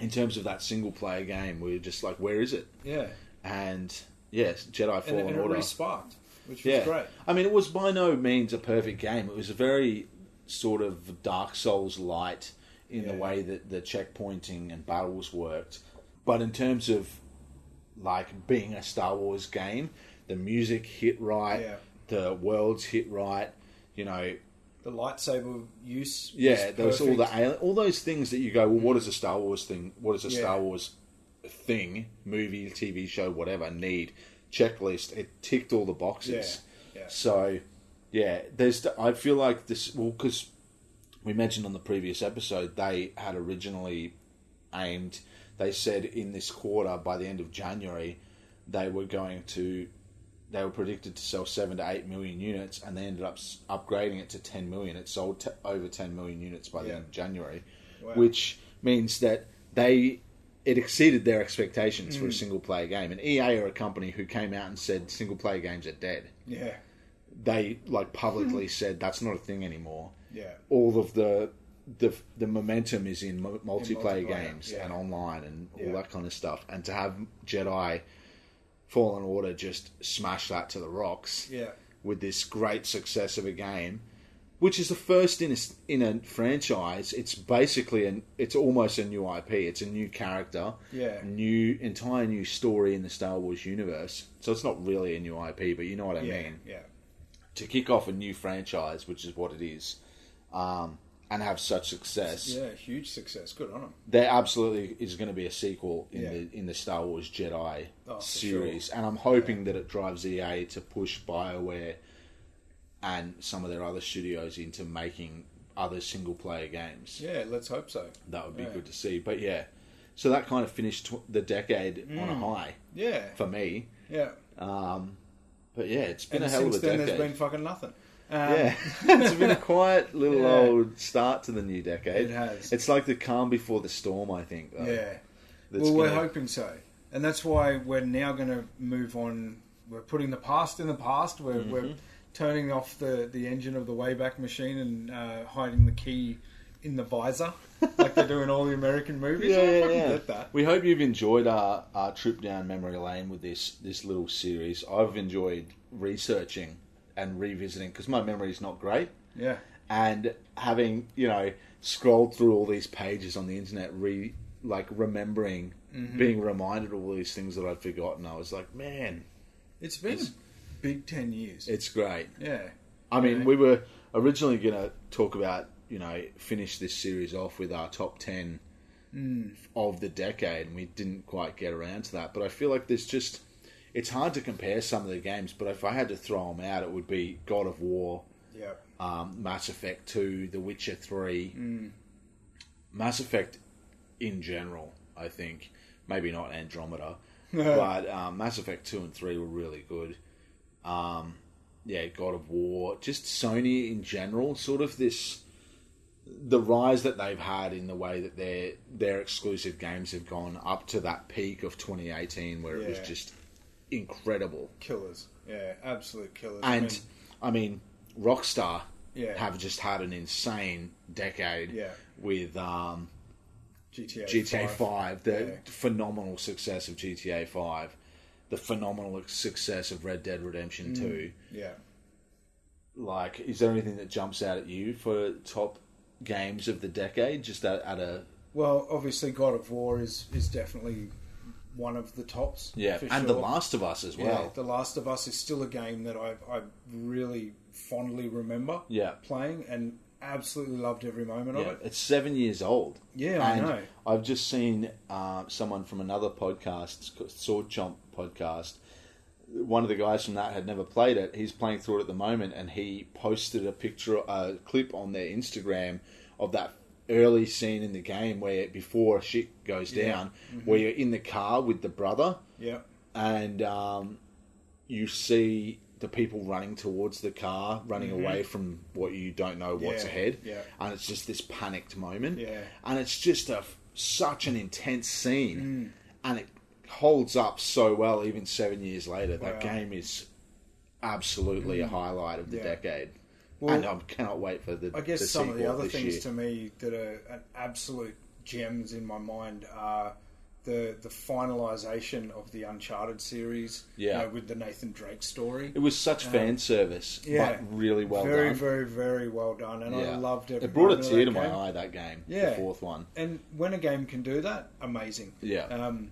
in terms of that single player game, we are just like, where is it? yeah, And yes, Jedi and, Fallen and it Order really sparked, which was great. I mean, it was by no means a perfect game. It was a very sort of Dark Souls light in the Yeah. way that the checkpointing and battles worked. But in terms of like being a Star Wars game, the music hit right, Yeah. the worlds hit right. You know, The lightsaber use. yeah, was there was all perfect. the alien, all those things that you go, well, what is a Star Wars thing? What is a Yeah. Star Wars thing? Movie, TV show, whatever. Need checklist. It ticked all the boxes. Yeah, yeah. So, yeah, there's. the- I feel like this. Well, because we mentioned on the previous episode, they had originally aimed. They said in this quarter, by the end of January, they were going to. They were predicted to sell seven to eight million units, and they ended up s- upgrading it to ten million. It sold t- over ten million units by the Yeah. end of January, Wow. which means that they it exceeded their expectations Mm. for a single player game. And EA are a company who came out and said single player games are dead. yeah, They like Hmm. publicly said that's not a thing anymore yeah, all of the the the momentum is in mu- multiplayer, multiplayer, games yeah. and online and all Yeah. that kind of stuff. And to have Jedi Fallen Order just smash that to the rocks yeah, with this great success of a game, which is the first in a, s- in a franchise. It's basically an it's almost a new IP. It's a new character, Yeah. new entire new story in the Star Wars universe. So it's not really a new IP, but you know what I yeah, mean yeah. to kick off a new franchise, which is what it is, um, and have such success, Yeah, huge success. Good on them. there absolutely is going to be a sequel in Yeah. the in the Star Wars Jedi Oh, for series, and I'm hoping that it drives EA to push Bioware and some of their other studios into making other single player games. Yeah, let's hope so. That would be Yeah. good to see, but yeah. So that kind of finished tw- the decade on Mm. a high Yeah, for me. yeah. But yeah, it's been and a hell since of a then, decade. there's been fucking nothing. Um, Yeah, it's been a quiet little Yeah. old start to the new It decade. has. It's like the calm before the storm, I think. Though, yeah. that's well, we're gonna- hoping so. and that's why we're now going to move on. We're putting the past in the past. We're, Mm-hmm. we're turning off the, the engine of the Wayback Machine and uh, hiding the key in the visor, like they do in all the American movies. I fucking get that. We hope you've enjoyed our, our trip down memory lane with this this little series. I've enjoyed researching and revisiting because my memory is not great, Yeah, and having you know scrolled through all these pages on the internet, re like remembering, Mm-hmm. being reminded of all these things that I'd forgotten. I was like, man, it's been a big ten years. it's great. yeah, I mean, Yeah. we were originally going to talk about, you know, finish this series off with our top 10 of the decade, and we didn't quite get around to that. But I feel like there's just, it's hard to compare some of the games, but if I had to throw them out, it would be God of War, yeah, um, Mass Effect 2, The Witcher 3, Mass Effect in general, I think. Maybe not Andromeda, but um, Mass Effect 2 and 3 were really good. Um, yeah, God of War, just Sony in general, sort of this. The rise that they've had in the way that their their exclusive games have gone up to that peak of 2018, where it was Yeah. just incredible. killers. Yeah, absolute killers. I And mean, I mean, Rockstar Yeah. have just had an insane decade Yeah. with um, GTA, GTA 5, the Yeah. phenomenal success of GTA 5, the phenomenal success of Red Dead Mm. Redemption 2. Yeah, Like, is there anything that jumps out at you for top games of the decade? Just at, at a well, obviously, God of War is is definitely one of the tops. yeah, for and The sure. Last of Us as Yeah, well. The Last of Us is still a game that I, I really fondly remember Yeah. playing and absolutely loved every moment Yeah, of it. it's seven years old. Yeah, I And know. I've just seen uh, someone from another podcast, it's called Sword Chomp podcast. One of the guys from that had never played it. He's playing through it at the moment, and he posted a picture, a clip on their Instagram of that early scene in the game where before shit goes down, Mm-hmm. where you're in the car with the brother, Yeah, and um, you see the people running towards the car, running away from what you don't know what's Mm-hmm. Yeah, ahead. yeah. And it's just this panicked moment. Yeah. And it's just a f- such an intense Mm. scene, and it holds up so well even seven years later. That Wow. Mm. game is absolutely a highlight of the Yeah. decade. Well, and I cannot wait for the. I guess the some of the sequel other this things year. to me that are an absolute gems in my mind are the the finalization of the Uncharted series. you Yeah. know, with the Nathan Drake story. It was such fan service, yeah. but really well very, done. very, very well done, and I Yeah. loved every It brought a moment of tear that to my game. eye that game. Yeah. the fourth one. And when a game can do that, amazing. Yeah. Um,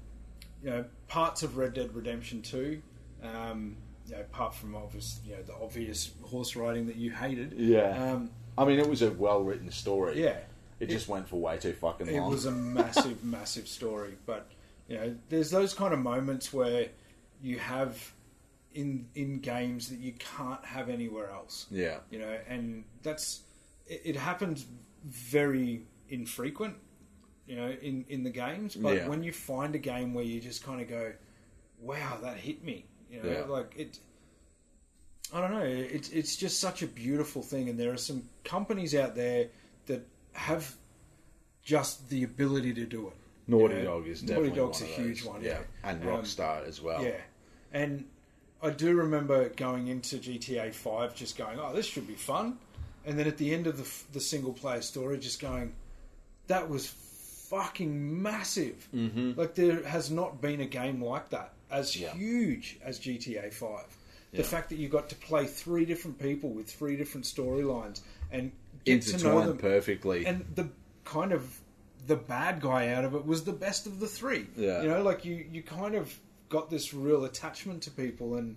you know, parts of Red Dead Redemption Two, um, you know, apart from obvious, you know, the obvious horse riding that you hated. Yeah. Um, I mean, it was a well written story. yeah. It just went for way too fucking It long. was a massive, massive story. But you know, there's those kind of moments where you have in in games that you can't have anywhere else. yeah. You know, and that's it, it happens very infrequent. You know, in in the games, but Yeah. when you find a game where you just kind of go, "Wow, that hit me," you know, Yeah. like it. I don't know. It's it's just such a beautiful thing, and there are some companies out there that have just the ability to do it. Naughty You know, Dog is Naughty definitely Dog's one a of huge those. one, Yeah. yeah. And Um, Rockstar as well. Yeah, and I do remember going into GTA Five, just going, "Oh, this should be fun," and then at the end of the f- the single player story, just going, "That was fucking massive." Mm-hmm. Like there has not been a game like that as Yeah. huge as GTA Five. The Yeah. fact that you got to play three different people with three different storylines and get to know Intertwined them perfectly. and the kind of the bad guy out of it was the best of the three. Yeah. You know, like you you kind of got this real attachment to people and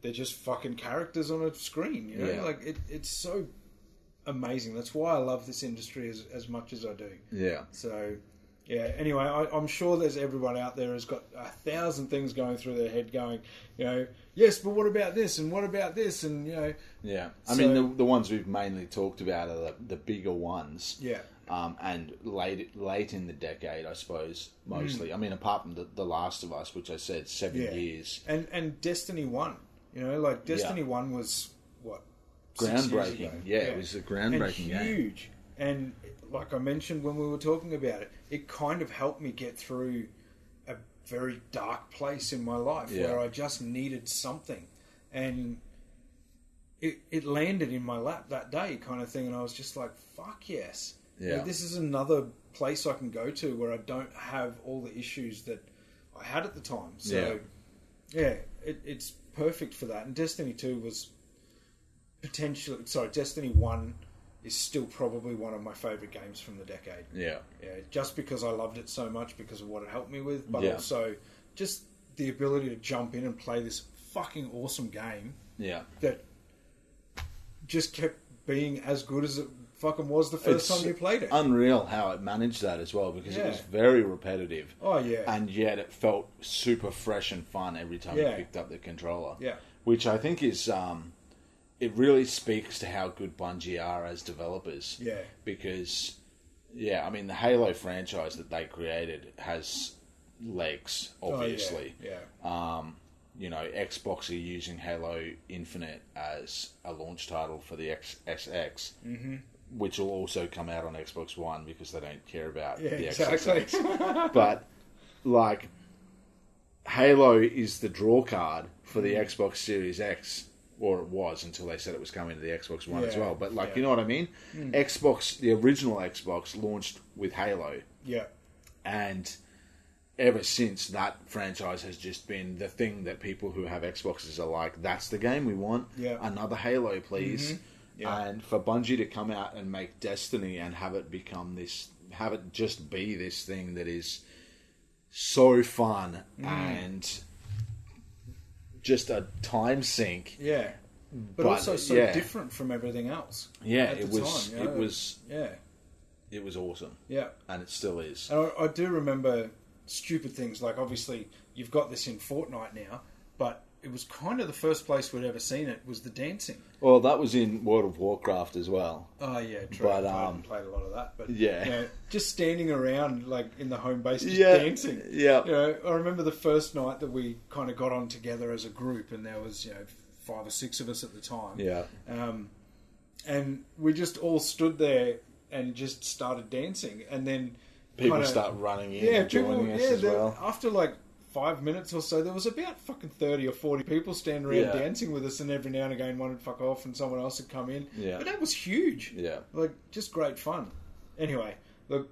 they're just fucking characters on a screen, you know? Yeah. Like it, it's so amazing. That's why I love this industry as as much as I do. yeah. So yeah, anyway, I, I'm sure there's everyone out there has got a thousand things going through their head going, you know, yes, but what about this and what about this and you know Yeah. I So- mean, the, the ones we've mainly talked about are the, the bigger ones. Yeah. Um, and late late in the decade, I suppose, mostly. I mean, apart from the, the Last of Us, which I said seven Hmm. Yeah. years. and and Destiny One, you know, like Destiny Yeah. One was what six years Groundbreaking. ago? Yeah, it was a groundbreaking and game. huge. And like I mentioned when we were talking about it, it kind of helped me get through a very dark place in my life Yeah. where I just needed something, and it it landed in my lap that day, kind of thing. And I was just like, "Fuck yes, Yeah. Like, this is another place I can go to where I don't have all the issues that I had at the time." So, yeah, it, it's perfect for that. And Destiny Two was potentially sorry, Destiny One is still probably one of my favorite games from the decade. Yeah. Yeah, just because I loved it so much because of what it helped me with, but Yeah. also just the ability to jump in and play this fucking awesome game Yeah. that just kept being as good as it fucking was the first It's time you played it. Unreal how it managed that as well because it Yeah. was very repetitive. oh yeah, and yet it felt super fresh and fun every time you Yeah. picked up the controller. Yeah. which I think is um, it really speaks to how good Bungie are as developers. Yeah. because yeah, I mean the Halo franchise that they created has legs, Oh, yeah, obviously. Uh, yeah, You know, Xbox are using Halo Infinite as a launch title for the XSX, mm-hmm. which will also come out on Xbox One because they don't care about yeah, the exactly. XSX but like Halo is the draw card for the Mm. Xbox Series X, or it was until they said it was coming to the Xbox One as Yeah, well. But like, yeah. Mm. you know what I mean? Xbox, the original Xbox, launched with Halo, yeah, and ever since that franchise has just been the thing that people who have Xboxes are like, that's the game we want. Yeah. Mm-hmm. Another Halo, please. Yeah. And for Bungie to come out and make Destiny and have it become this, have it just be this thing that is so fun Mm. and just a time sink. yeah. But, Mm. But, also so yeah. different from everything else. Yeah, at the it was, time, you know? it was, yeah, it was awesome, yeah. and it still is. And I, I do remember stupid things like obviously you've got this in Fortnite now, but it was kind of the first place we'd ever seen it was the dancing. Well, that was in World of Warcraft as well. Oh yeah, true. But, I um, haven't played a lot of that, but yeah. you know, just standing around like in the home base, just Yeah, dancing. yeah. you know, I remember the first night that we kind of got on together as a group, and there was you know five or six of us at the time. Yeah. um, and we just all stood there and just started dancing, and then People kinda- start running in uh, yeah, and people, joining us yeah, as there- well. after like five minutes or so, there was about fucking 30 or 40 people standing around Yeah. dancing with us, and every now and again one would fuck off and someone else would come in. Yeah. But that was huge. Yeah. Like, just great fun. Anyway, look,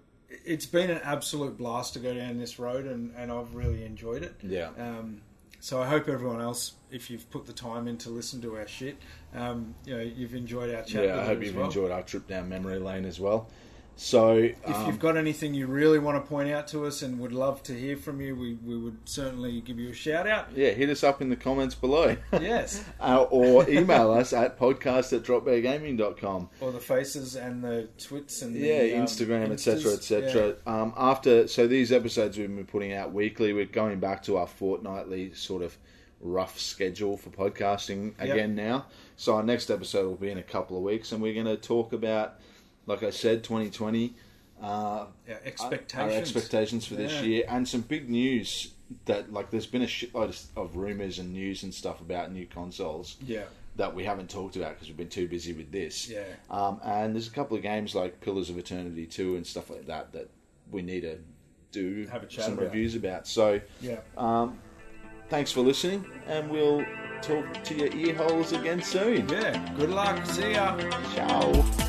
it's been an absolute blast to go down this road, and, and I've really enjoyed it. Yeah. Um, so I hope everyone else, if you've put the time in to listen to our shit, um, you know, you've enjoyed our chat. Yeah, with I it hope as you've well. enjoyed our trip down memory lane as well. So, If um, you've got anything you really want to point out to us and would love to hear from you, we, we would certainly give you a shout out. yeah, hit us up in the comments below. Yes. Uh, or email us at podcast at dropbeargaming.com. Or the faces and the twits and Yeah, the, um, Instagram, etc., instas. etc. Um, after so these episodes we've been putting out weekly, we're going back to our fortnightly sort of rough schedule for podcasting again now. So our next episode will be in a couple of weeks, and we're going to talk about, like I said, 2020. Uh, Yeah, our expectations. expectations for this Yeah. year and some big news that like there's been a shitload of rumors and news and stuff about new consoles Yeah, that we haven't talked about because we've been too busy with this Yeah. um, and there's a couple of games like pillars of eternity 2 and stuff like that that we need to do Have a chat some about. reviews about so yeah. Um, thanks for listening and we'll talk to your ear holes again soon yeah, good luck. See ya. ciao